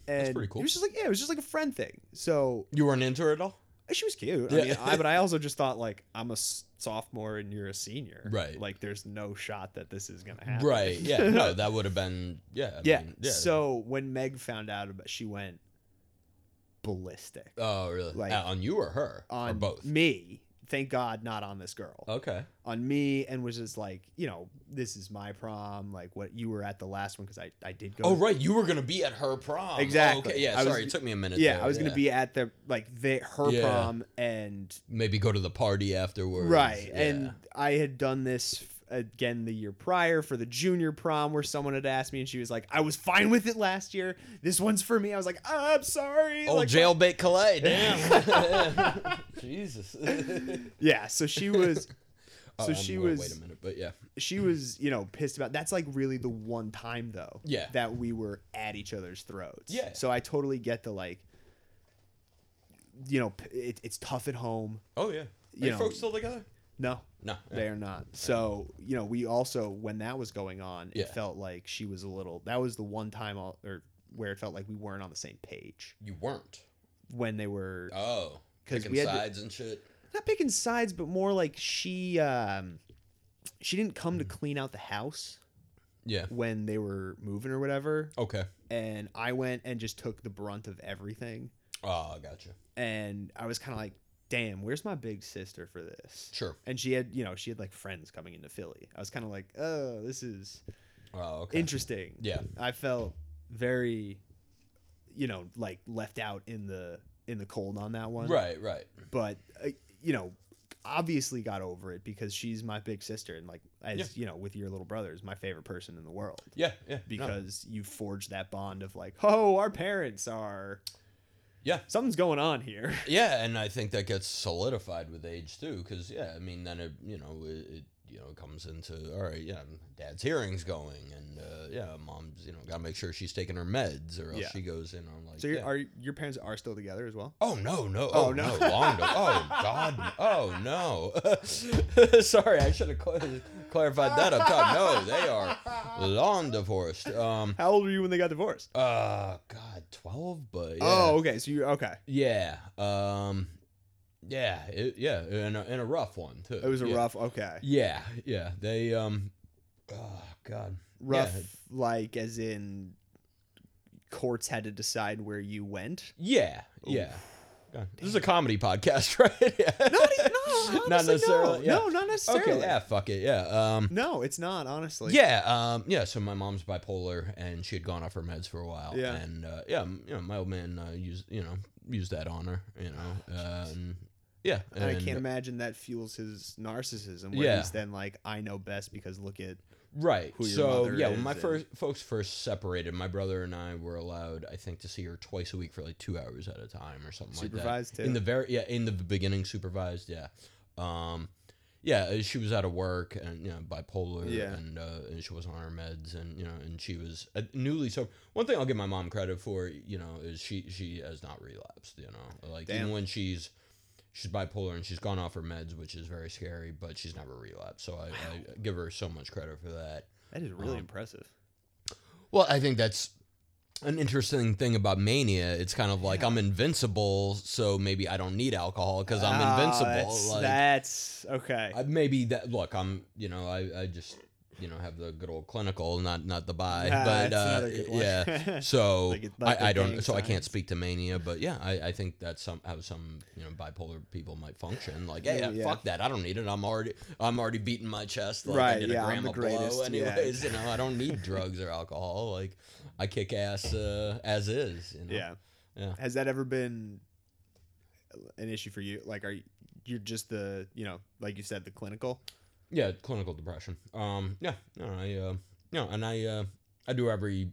And pretty cool. It was just like, yeah, it was just like a friend thing. So You weren't into it at all. she was cute. I Yeah. mean, I, but I also just thought like, I'm a s- sophomore and you're a senior. Right. Like there's no shot that this is going to happen. Right. Yeah. No, that would have been. Yeah. I yeah. mean, yeah. So when Meg found out about, she went ballistic Oh, really? like, Uh, on you or her on or both? Oh, me. thank God not on this girl. Okay. on me and was just like, you know, this is my prom. Like what you were at the last one because I, I did go. Oh to- right, you were gonna be at her prom. Oh, Exactly. okay. Yeah. I was- sorry, it took me a minute. Yeah, there, I was gonna be at the like the her Yeah. prom and maybe go to the party afterwards. right Yeah. and I had done this f- again the year prior for the junior prom where someone had asked me and she was like, I was fine with it last year. This one's for me. I was like, I'm sorry. old like, Oh, jailbait Calais. Damn. Jesus. Yeah, so she was. So Oh, I'm she gonna was Wait a minute, but yeah. she was, you know, pissed about. That's like really the one time though. Yeah. That we were at each other's throats. Yeah. So I totally get the like. You know, p- it, it's tough at home. Oh yeah. Are You know- folks still together? No, No. they are not. So you know, we also when that was going on, Yeah. it felt like she was a little. That was the one time all, or where it felt like we weren't on the same page You weren't. when they were Oh. 'Cause Picking we had to- sides and shit. not picking sides, but more like she um she didn't come Mm. to clean out the house Yeah. when they were moving or whatever. Okay. and I went and just took the brunt of everything. Oh, gotcha. And I was kind of like, damn, where's my big sister for this? Sure. And she had, you know, she had like friends coming into Philly. I was kind of like, oh, this is Oh, okay. interesting. yeah. I felt very, you know, like left out in the in the cold on that one. Right. Right. But uh, you know, obviously got over it because she's my big sister, and like as Yeah. you know, with your little brother, is my favorite person in the world Yeah. Yeah. no. because you forge that bond of like, oh, our parents are Yeah. something's going on here. Yeah, and I think that gets solidified with age too, because yeah, I mean, then it you know it, it you know comes into all right, yeah, dad's hearing's going, and uh, yeah, mom's you know got to make sure she's taking her meds, or else Yeah. she goes in on like. So your yeah. are your parents are still together as well? Oh no no Oh, oh, no. no. long ago oh god oh no sorry I should have cla- clarified that up top no they are long divorced um How old were you when they got divorced? uh god twelve but yeah. Oh, okay. So you okay? Yeah. Um. Yeah. It, yeah. And a, and a rough one too. It was a yeah. rough, okay, Yeah. Yeah. They. Um. Oh God. rough Yeah. like as in courts had to decide where you went. Yeah. Yeah. God. This is a comedy podcast, right? yeah. No, e, no, honestly, not necessarily. No, yeah. no not necessarily. Okay. Yeah. Fuck it. Yeah. Um. No, it's not honestly. yeah, um, yeah. So my mom's bipolar, and she had gone off her meds for a while. Yeah. and uh, yeah, m- you know, my old man uh, used you know used that on her. You know, uh, and, yeah. And I and- can't imagine that fuels his narcissism. Where Yeah. he's then like, I know best because look at Right. who your so mother yeah, when is my and- first folks first separated, my brother and I were allowed, I think, to see her twice a week for like two hours at a time or something Supervised like that. too? In the very yeah, in the beginning, supervised. Yeah. Um, yeah, uh, she was out of work and you know bipolar. Yeah. And, uh, and she was on her meds and you know and she was uh, newly so. One thing I'll give my mom credit for, you know, is she she has not relapsed. You know, like Damn. even when she's she's bipolar and she's gone off her meds, which is very scary, but she's never relapsed. So I, I give her so much credit for that. that is really Um, impressive. Well, I think that's an interesting thing about mania. It's kind of like I'm invincible, so maybe I don't need alcohol because I'm Ah, invincible. That's, like, that's okay. I, maybe that. Look, I'm. You know, I, I just you know have the good old clinical, not not the buy. Ah, but that's uh, another good one. yeah. So Like it's like the I, I don't. gang So I can't signs. speak to mania, but yeah, I, I think that's some how some you know bipolar people might function. Like, hey, uh, Yeah, yeah. fuck that. I don't need it. I'm already I'm already beating my chest. Like, I Right, did a yeah, gram I'm the of blow greatest, yeah. Anyways, you know, I don't need drugs or alcohol. Like, I kick ass uh, as is. You know? Yeah. Yeah. Has that ever been an issue for you? Like, are you, you're just the, you know, like you said, the clinical? yeah clinical depression um yeah no i uh no and i uh i do every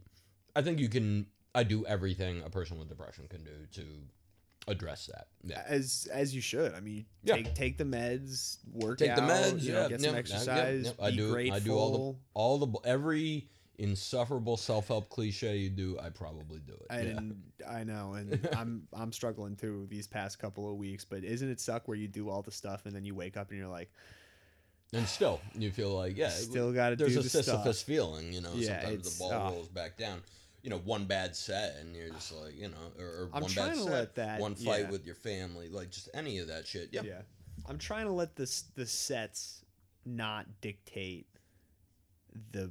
i think you can i do everything a person with depression can do to address that yeah As as you should. I mean, you Yeah. take take the meds, work take out, the meds you yeah, know, get some yeah, yeah, yeah, exercise. yeah. i be do grateful. i do all the all the every insufferable self-help cliche you do i probably do it yeah. And I know, and I'm I'm struggling through these past couple of weeks. But isn't it suck where you do all the stuff and then you wake up and you're like, and still you feel like yeah still got to do there's a the Sisyphus stuff. feeling, you know. Yeah, sometimes it's- the ball ah. rolls back down. You know, one bad set, and you're just like, you know, or, or I'm one trying bad to set, let that- one fight yeah. with your family, like just any of that shit. Yeah, Yeah. I'm trying to let the s- the sets not dictate the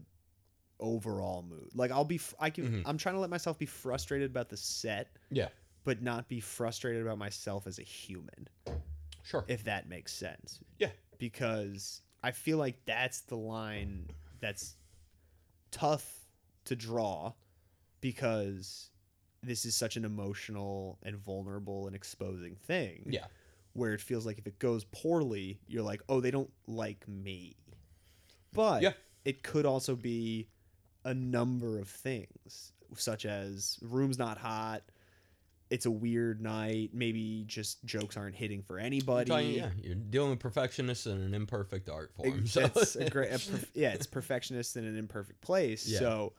overall mood. Like I'll be fr- I can Mhm. I'm trying to let myself be frustrated about the set yeah, but not be frustrated about myself as a human. Sure. if that makes sense. Yeah. Because I feel like that's the line that's tough to draw because this is such an emotional and vulnerable and exposing thing. Yeah. Where it feels like if it goes poorly, you're like, oh, they don't like me. But Yeah. it could also be a number of things, such as room's not hot, it's a weird night, maybe just jokes aren't hitting for I'm anybody. telling you, yeah, you're dealing with perfectionists in an imperfect art form. So That's a great, a perf- yeah. It's perfectionist in an imperfect place. Yeah. So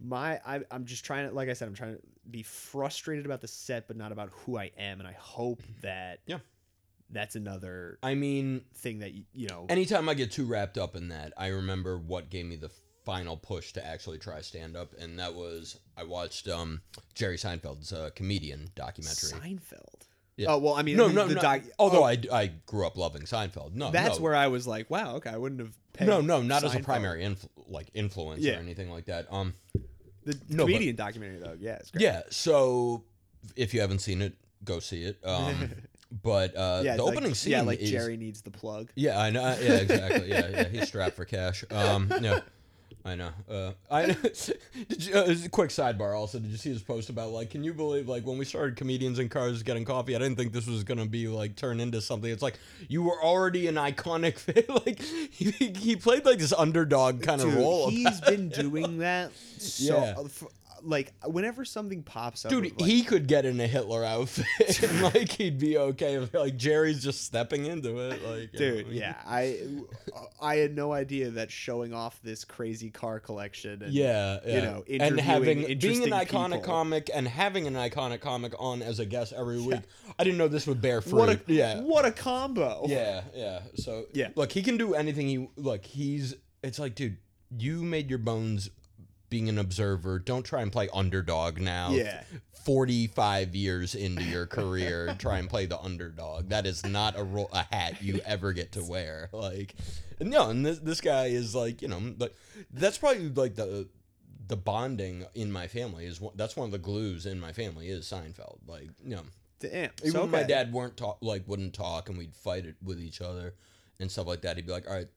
my, I, I'm just trying to, like I said, I'm trying to be frustrated about the set, but not about who I am. And I hope that, Mm-hmm. Yeah. that's another I mean, thing that y- you know. anytime I get too wrapped up in that, I remember what gave me the final push to actually try stand up, and that was I watched um, Jerry Seinfeld's uh, comedian documentary. Seinfeld. Yeah. Oh well, I mean, no, the, no, the no. doc- oh. although I, I grew up loving Seinfeld. No, that's no. where I was like, wow, okay, I wouldn't have. Pegged no, no, not as a Seinfeld. primary influ- like influence Yeah. or anything like that. Um, The No, but- comedian documentary though, yeah, it's great. Yeah. So if you haven't seen it, go see it. Um, but uh, yeah, the like, opening scene, Yeah, like is, Jerry needs the plug. Yeah, I know. Yeah, exactly. Yeah, yeah. He's strapped for cash. Um, yeah. I know. Uh, I did you, uh, this is a quick sidebar. Also, did you see his post about like, can you believe like when we started comedians in cars getting coffee? I didn't think this was gonna be like turn into something. It's like you were already an iconic. fa- like he, he played like this underdog kind of Dude, role. about- He's been doing that so Yeah. uh, f- like whenever something pops up. Dude, of, like, he could get in a Hitler outfit. and, like he'd be okay. If, like Jerry's just stepping into it. Like, you Dude, know. yeah, I I had no idea that showing off this crazy car collection and Yeah, you yeah. know, and having being interviewing an interesting iconic people. comic and having an iconic comic on as a guest every week, I didn't know this would bear fruit. what a yeah, what a combo. yeah, yeah. So Yeah. look, he can do anything. He look, he's. It's like, dude, you made your bones being an observer. Don't try and play underdog now. Yeah. Forty-five years into your career, try and play the underdog. That is not a ro- a hat you ever get to wear. Like, no, and this this guy is like, you know, like that's probably like the the bonding in my family is one, that's one of the glues in my family is Seinfeld. Like, you know, Damn. even so when my okay. dad weren't talk like wouldn't talk and we'd fight it with each other and stuff like that. He'd be like, "All right,"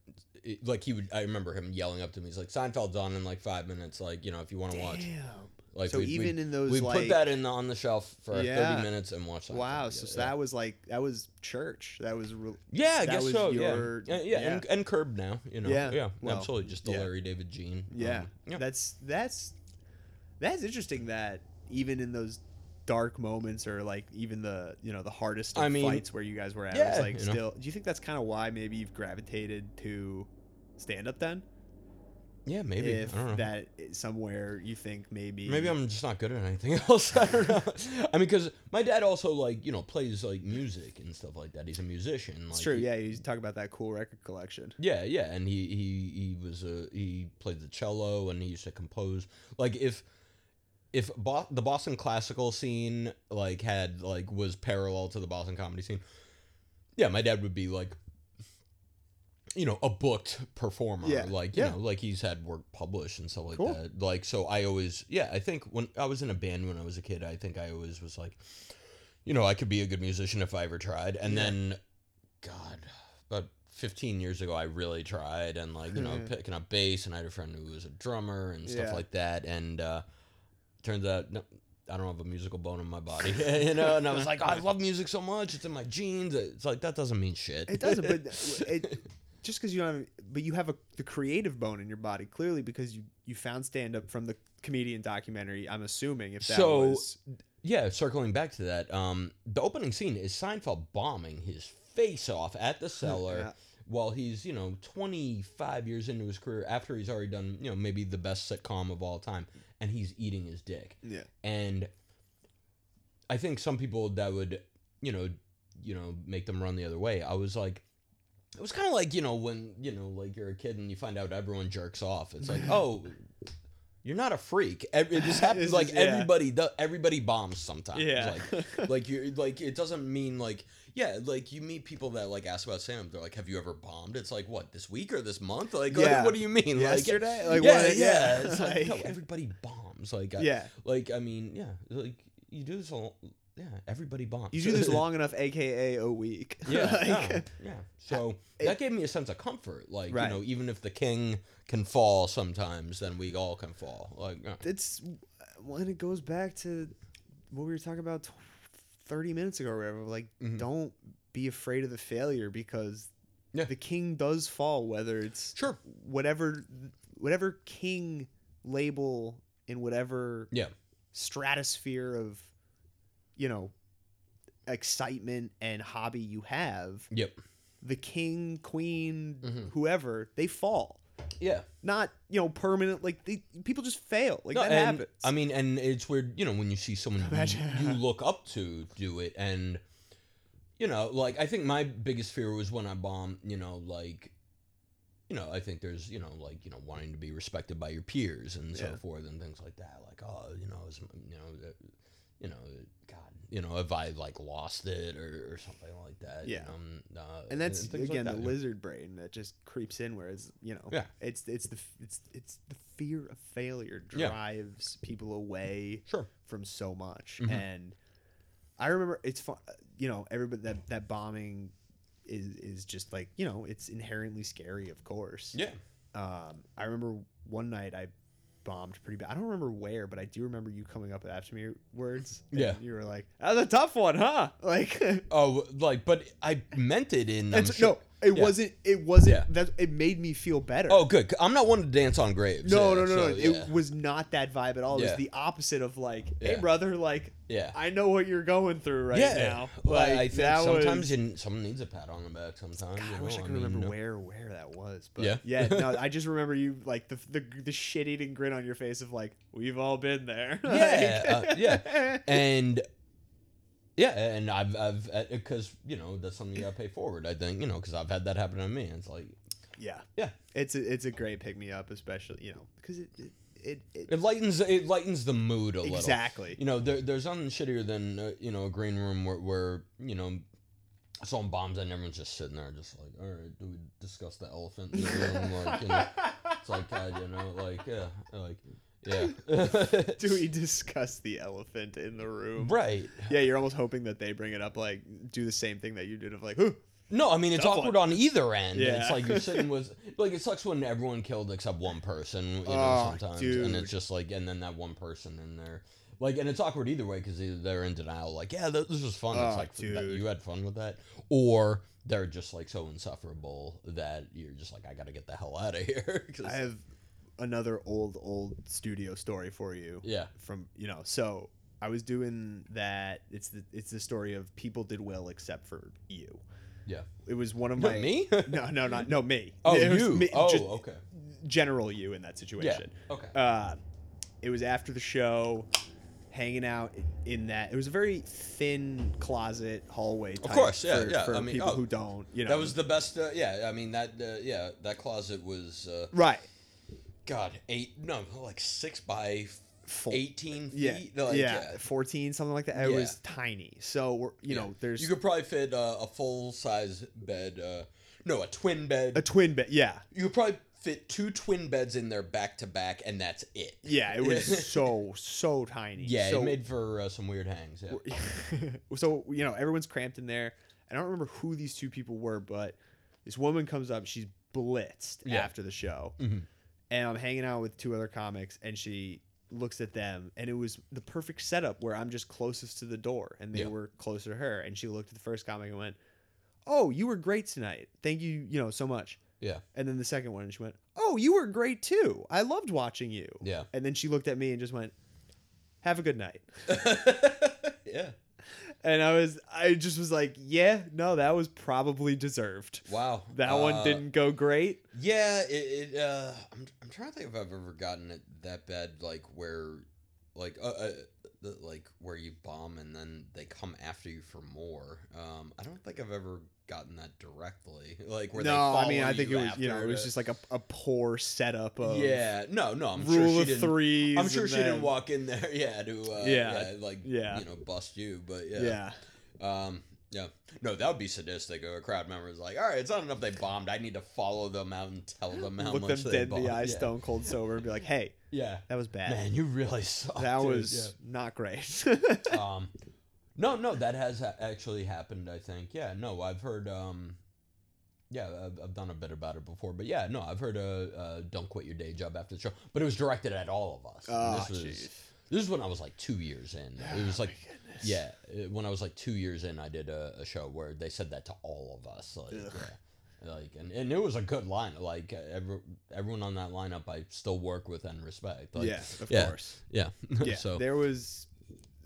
it- like he would. I remember him yelling up to me. He's like, "Seinfeld's on in like five minutes. Like you know, if you want to watch." Damn. Like so we'd, even we'd, in those we'd like put that in the, on the shelf for Yeah. thirty minutes and watch. Seinfeld wow, together. so, that was like that was church. That was re- yeah, I that guess was so. your- yeah, yeah, yeah. And, and Curb now, you know, Yeah, yeah, well, absolutely, just the yeah. Larry David Gene. Yeah. um, yeah. That's that's that's interesting that even in those dark moments or like even the you know the hardest of I mean, fights where you guys were at it's yeah, like you know. still do you think that's kind of why maybe you've gravitated to stand up then yeah, maybe if I don't know. that is somewhere you think maybe Maybe I'm just not good at anything else. I don't know. I mean, because my dad also like you know plays like music and stuff like that. He's a musician. Like, it's true he- yeah you talk about that cool record collection Yeah, yeah, and he he he was a he played the cello and he used to compose. Like if if Bo- the Boston classical scene like had like was parallel to the Boston comedy scene, yeah, my dad would be like, you know, a booked performer. Yeah, like you yeah. know, like he's had work published and stuff like Cool. that. Like so, I always yeah, I think when I was in a band when I was a kid, I think I always was like, you know, I could be a good musician if I ever tried. And Yeah. then, God, about 15 years ago, I really tried and like, you know, picking up bass and I had a friend who was a drummer and stuff Mm-hmm. Yeah. like that. And, uh, turns out, no, I don't have a musical bone in my body, you know? And I was like, I love music so much. It's in my genes. It's like, that doesn't mean shit. it doesn't but it just because you don't have but you have a the creative bone in your body clearly because you you found stand up from the comedian documentary i'm assuming if that So, was Yeah, circling back to that, um, the opening scene is Seinfeld bombing his face off at the cellar Yeah. while he's, you know, 25 years into his career after he's already done, you know, maybe the best sitcom of all time, and he's eating his dick. yeah And I think some people that would, you know, you know, make them run the other way. I was like, it was kind of like, you know, when, you know, like you're a kid and you find out everyone jerks off. It's like, oh, you're not a freak. Ev- It just This happens like is- yeah. everybody do- everybody bombs sometimes. Yeah. Like like you like it doesn't mean like yeah, like you meet people that like ask about Sam, they're like, Have you ever bombed? It's like what, this week or this month? Like, like, Yeah. what do you mean? Yesterday? Like, Like, yeah, what- yeah. yeah. It's like, no, Like- everybody bombs. Like I, yeah like I mean, yeah, like you do this all yeah, everybody bombs. You do this long enough, aka a week. Yeah, Like, uh, no, yeah. So that gave me a sense of comfort. Like Right. you know, even if the king can fall sometimes, then we all can fall. Like uh, it's when it goes back to what we were talking about tw- 30 minutes ago or whatever like Mhm. don't be afraid of the failure because Yeah. the king does fall whether it's sure, whatever whatever king label in whatever yeah, stratosphere of you know excitement and hobby you have yep, the king queen Mhm. whoever they fall yeah. not you know permanent like they, people just fail like No, that and, happens I mean, and it's weird, you know, when you see someone you, Imagine. you look up to do it, and you know, like I think my biggest fear was when I bombed, you know, like, you know, I think there's, you know, like, you know, wanting to be respected by your peers and so Yeah. forth and things like that. Like, oh, you know, is, you know, that- you know, God, you know, if I like lost it or, or something like that. Yeah. um, uh, and that's things like again that. the lizard brain that just creeps in whereas you know Yeah. it's it's the f- it's it's the fear of failure Yeah. drives people away Sure. from so much Mhm. and i remember it's fun you know everybody that that bombing is is just like you know it's inherently scary of course Yeah. um i remember one night i bombed pretty bad i don't remember where but i do remember you coming up after me words and Yeah. you were like that was a tough one huh like Oh, like, but I meant it in. I'm It's- sure- No, it Yeah. wasn't. It wasn't. Yeah. That it made me feel better. Oh, good. 'cause I'm not one to dance on graves. no, yeah, no, no, so, no! yeah. It was not that vibe at all. It Yeah. was the opposite of like, hey, Yeah. brother, like Yeah. I know what you're going through right yeah. now. Well, Like I think that sometimes was- you, someone needs a pat on the back. Sometimes. God, you I wish I know, could mean, remember no- where where that was, but Yeah. yeah, no, I just remember you like the the, the shit eating grin on your face of like we've all been there. Yeah, Like- uh, yeah. And yeah, and I've I've because you know that's something you gotta pay forward. I think you know because I've had that happen to me. and It's like yeah, Yeah. It's a it's a great pick me up, especially you know because it it, it, it it lightens it lightens the mood a little. exactly You know, there, there's nothing shittier than uh, you know a green room where, where you know someone bombs and everyone's just sitting there, just like, all right, do we discuss the elephant in the room? Like, you know, it's like, God, you know, like, yeah, like, yeah, Do we discuss the elephant in the room? right? Yeah, you're almost hoping that they bring it up, like do the same thing that you did of like, "Ooh, No, I mean it's Tough awkward on either end. It's Yeah. like you're sitting with, like, it sucks when everyone killed except one person. You know, Oh, sometimes, and dude. it's just like, and then that one person in there. Like and it's awkward either way because either they're in denial, like yeah, th- this was fun. it's Oh, like that, dude. you had fun with that, or they're just like so insufferable that you're just like I gotta get the hell out of here. 'cause- I have another old old studio story for you." yeah, From you know, so I was doing that. It's the it's the story of people did well except for you. yeah. It was one of Not my me? No, no, not no me. Oh, It was you. me- oh, just okay. general you in that Yeah. situation. Okay. uh, it was after the show, hanging out in that. It was a very thin closet hallway. Type course, yeah, for, yeah, For I mean, people oh, who don't, you know, that was the best. Uh, yeah, I mean that. Uh, yeah, that closet was. Uh, right. God, eight no, like six by Full. eighteen feet. Yeah, like, yeah, fourteen, something like that. It Yeah. was tiny. So we're, you yeah. know, there's you could probably fit uh, a full size bed. Uh, no, a twin bed. a twin bed. Yeah, you could probably fit two twin beds in there back to back, and that's it. yeah, it was so so tiny. Yeah, so, it made for uh, some weird hangs. Yeah. so you know everyone's cramped in there. I don't remember who these two people were, but this woman comes up. She's blitzed Yeah. after the show, Mhm. and I'm hanging out with two other comics, and she looks at them, and it was the perfect setup where I'm just closest to the door, and they Yeah. were closer to her, and she looked at the first comic and went, "Oh, you were great tonight. Thank you, you know, so much." Yeah. And then the second one, and she went, "Oh, you were great too. I loved watching you." Yeah. And then she looked at me and just went, "Have a good night." yeah. and I was I just was like, yeah, no, that was probably deserved. Wow. That Uh, one didn't go great. Yeah. It. it uh, I'm. I'm trying to think if I've ever gotten it that bad. Like where, like uh, uh the, like where you bomb and then they come after you for more. Um, I don't think I've ever gotten that directly. Like where they. No, I mean, follow I think it you was you know after it was to- just like a, a poor setup of yeah. No. No. I'm rule sure she of didn't. threes. I'm sure and she then- didn't walk in there. Yeah. To. Uh, yeah. Yeah, Like. yeah. You know, bust you. But Yeah. yeah. Um. Yeah. No, that would be sadistic. If a crowd member is like, "All right, it's not enough they bombed. I need to follow them out and tell them how look much them they dead in bombed." the eye, yeah. stone cold sober, and be like, hey, Yeah. that was bad. Man, you really suck. that dude, was not great. yeah. Um, No, no, that has ha- actually happened. I think. Yeah, no, I've heard. Um, yeah, I've, I've done a bit about it before, but yeah, no, I've heard. Uh, uh, don't quit your day job after the show, but it was directed at all of us. And Ah, this was jeez. this is when I was like two years in. It was Oh, like. my goodness. Yeah, it- when I was like two years in, I did a, a show where they said that to all of us. Like, Ugh. yeah. like and, and it was a good line. Like, every, everyone on that lineup, I still work with and respect. Like, yeah, of yeah. course. yeah. Yeah, so there was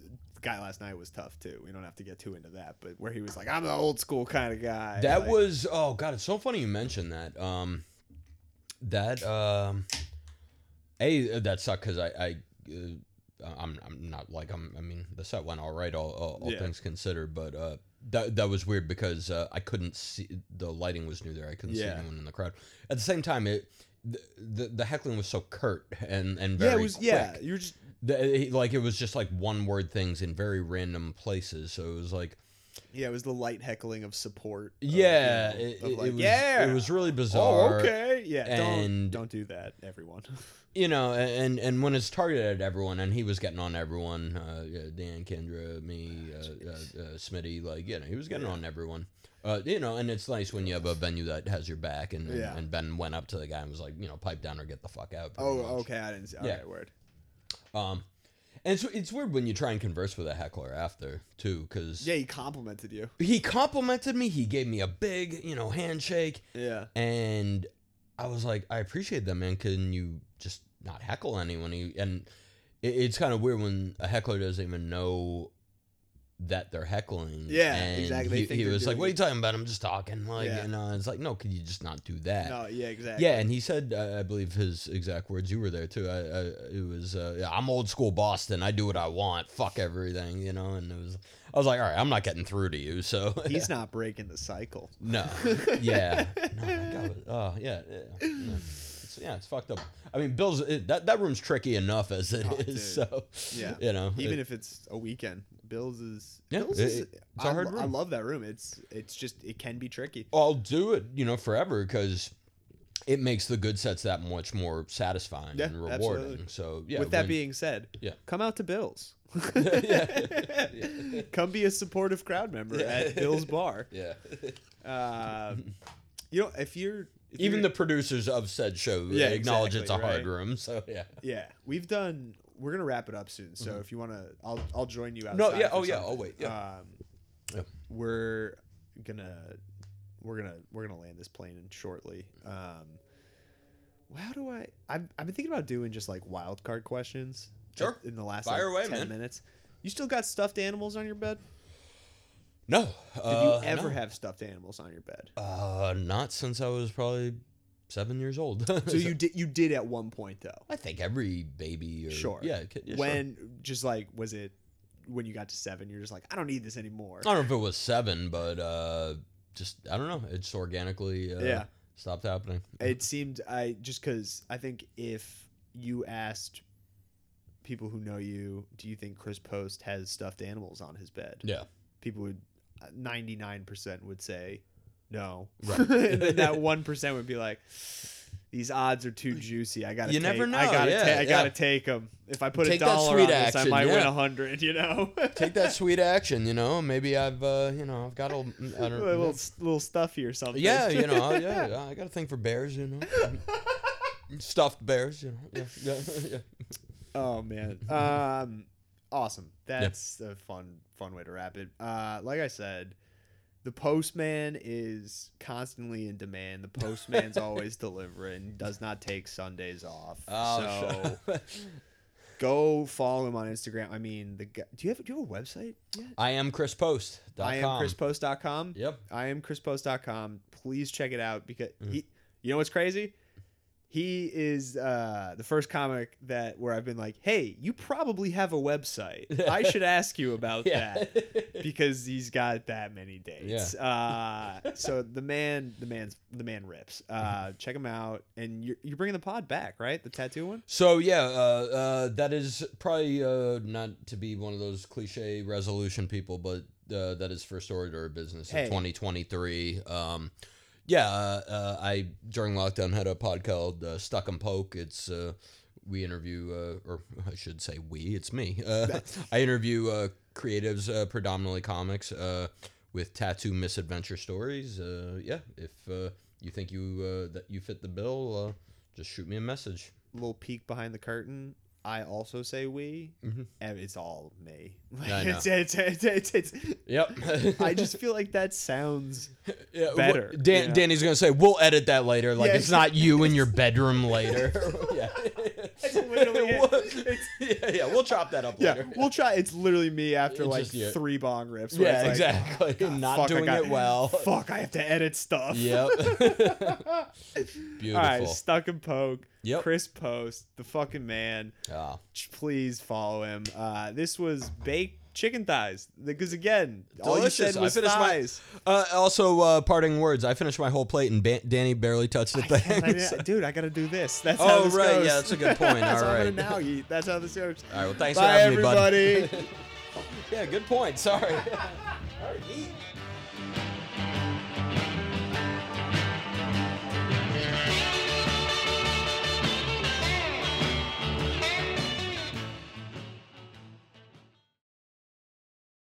the guy last night was tough too. We don't have to get too into that, but where he was like, "I'm the old school kind of guy." That like, was oh god, it's so funny you mentioned that. Um, that um, a that sucked because I I uh, I'm I'm not like I'm I mean the set went all right all all, all Yeah. things considered, but uh. That, that was weird because uh, I couldn't see the lighting was new there. I couldn't Yeah. see anyone in the crowd. At the same time, it the, the, the heckling was so curt and and very yeah, it was quick. yeah. You were just The- he- like it was just like one word things in very random places. So it was like yeah, it was the light heckling of support. of, you yeah, know, it, of it- like, it was, yeah, it was really Oh, bizarre. okay, yeah. and- don't don't do that, everyone. You know, and and when it's targeted at everyone, and he was getting on everyone, uh, yeah, Dan, Kendra, me, uh, uh, uh, Smitty, like you know, he was getting Ah, Yeah. on everyone. Uh, you know, and it's nice when you have a venue that has your back, and and, Yeah. and Ben went up to the guy and was like, you know, pipe down or get the fuck out. pretty oh, much. okay, I didn't. See. All Yeah. right, word. Um, and it's it's weird when you try and converse with a heckler after too, because Yeah, he complimented you. he complimented me, he gave me a big, you know, handshake, Yeah, and I was like, I appreciate that, man. Can you just not heckle anyone? He- And it, it's kind of weird when a heckler doesn't even know that they're heckling. Yeah, and exactly. They He, think he they're was like, doing "What are it." you talking about? I'm just talking." Like, Yeah. you know, it's like, no, could you just not do that? no, yeah, exactly. Yeah, and he said, uh, I believe his exact words. You were there too. I, I it was, uh, yeah, I'm old school Boston. I do what I want. Fuck everything, you know. And it was, I was like, all right, I'm not getting through to you. So he's not breaking the cycle. no. Yeah. No, that guy was, oh, yeah. yeah, yeah. It's, yeah, it's fucked up. I mean, Bill's it, that that room's tricky enough as it is. Oh, dude. So Yeah. you know, even it- if it's a weekend. Bills is Yeah, Bills it- is it- it's a I, hard lo- I room. love that room. It's it's just it can be tricky. I'll do it, you know, forever because it makes the good sets that much more satisfying Yeah, and rewarding. absolutely. So yeah, With that when- being said, Yeah. come out to Bills. Yeah. Yeah. Come be a supportive crowd member Yeah. at Bill's Bar. yeah, Uh, you know, if you're if even you're- the producers of said show Yeah, acknowledge it's a exactly, hard right? room. So yeah. yeah, we've done. We're gonna wrap it up soon. So if you wanna, I'll I'll join you outside. Mm-hmm. No, yeah, for oh, yeah, something. oh, wait, yeah. Um, Yeah. We're gonna we're gonna we're gonna land this plane in shortly. Um, how do I? I've I've been thinking about doing just like wild card questions. Sure. at- In the last Fire like, away, ten man. minutes. You still got stuffed animals on your bed? No. Did uh, you no. ever have stuffed animals on your bed? Uh, not since I was probably seven years old. So you did. You did at one point though. I think every baby or Sure. yeah, kid, yeah, sure. when just like was it when you got to seven? You're just like, I don't need this anymore. I don't know if it was seven, but uh, just I don't know. It just organically uh, Yeah. stopped happening. It seemed I just because I think if you asked people who know you, do you think Chris Post has stuffed animals on his bed? Yeah, People would ninety nine percent would say no. Right. And then that one percent would be like. These odds are too juicy. I gotta. You take, never I know, gotta. yeah, ta- I yeah. gotta take them. If I put Take that a dollar sweet on this, I action, might win yeah. a hundred. You know. take that sweet action. You know, maybe I've uh, you know I've got a I a don't little little stuffy or something. Yeah, you know, yeah, yeah, I got a thing for bears. You know, stuffed bears. You know, yeah, yeah, yeah. oh man. Um, awesome. That's a fun fun way to wrap it. Uh, like I said, the postman is constantly in demand. The postman's always delivering. Does not take Sundays off. Oh, so shut up. go follow him on Instagram. I mean, the guy, do you have do you have a website? Yet? I am Chris Post. I am chrispost.com. Yep. I am chrispost.com. Please check it out because Mhm. he, you know what's crazy? He is uh, the first comic that where I've been like, "Hey, you probably have a website. I should ask you about Yeah. that because he's got that many dates." Uh, so the man, the man's, the man rips. Uh, Mm-hmm. check him out, and you're, you're bringing the pod back, right? The tattoo one. So yeah, uh, uh, that is probably uh, not to be one of those cliche resolution people, but uh, that is first order of business Hey. in 2023. Um, yeah, uh, uh, I during lockdown had a pod called uh, Stuck and Poke. It's uh, we interview, uh, or I should say we, it's me. Uh, I interview uh, creatives, uh, predominantly comics, uh, with tattoo misadventure stories. Uh, yeah, if uh, you think you uh, that you fit the bill, uh, just shoot me a message. little peek behind the curtain. I also say we, Mhm. and it's all me. I know. it's, it's, it's, it's, it's, Yep. I just feel like that sounds Yeah, wh- better, Dan, you know? Danny's gonna say we'll edit that later. Like Yeah. it's not you in your bedroom later. yeah. literally it. We'll- yeah, yeah, we'll chop that up yeah. later. We'll try. It's literally me after It's like just you. three bong riffs. where yeah, it's like, exactly. not fuck, I doing got- it well. Fuck, I have to edit stuff. Yep. Beautiful. All right, stuck and poke. Yep. Chris Post, the fucking man. Ah, Ch- Please follow him. Uh, this was baked chicken thighs because again, all you said Delicious. I was finished my- thighs. uh, also, uh, parting words. I finished my whole plate and ba- Danny barely touched it. I can't- I Thanks. didn't- dude, I gotta do this. That's how Oh, this right, goes. yeah, that's a good point, That's all how I'm right. gonna now eat. That's how this works. All right. Well, thanks for Bye, having me, bud. everybody. Yeah. Good point. Sorry. All right, neat.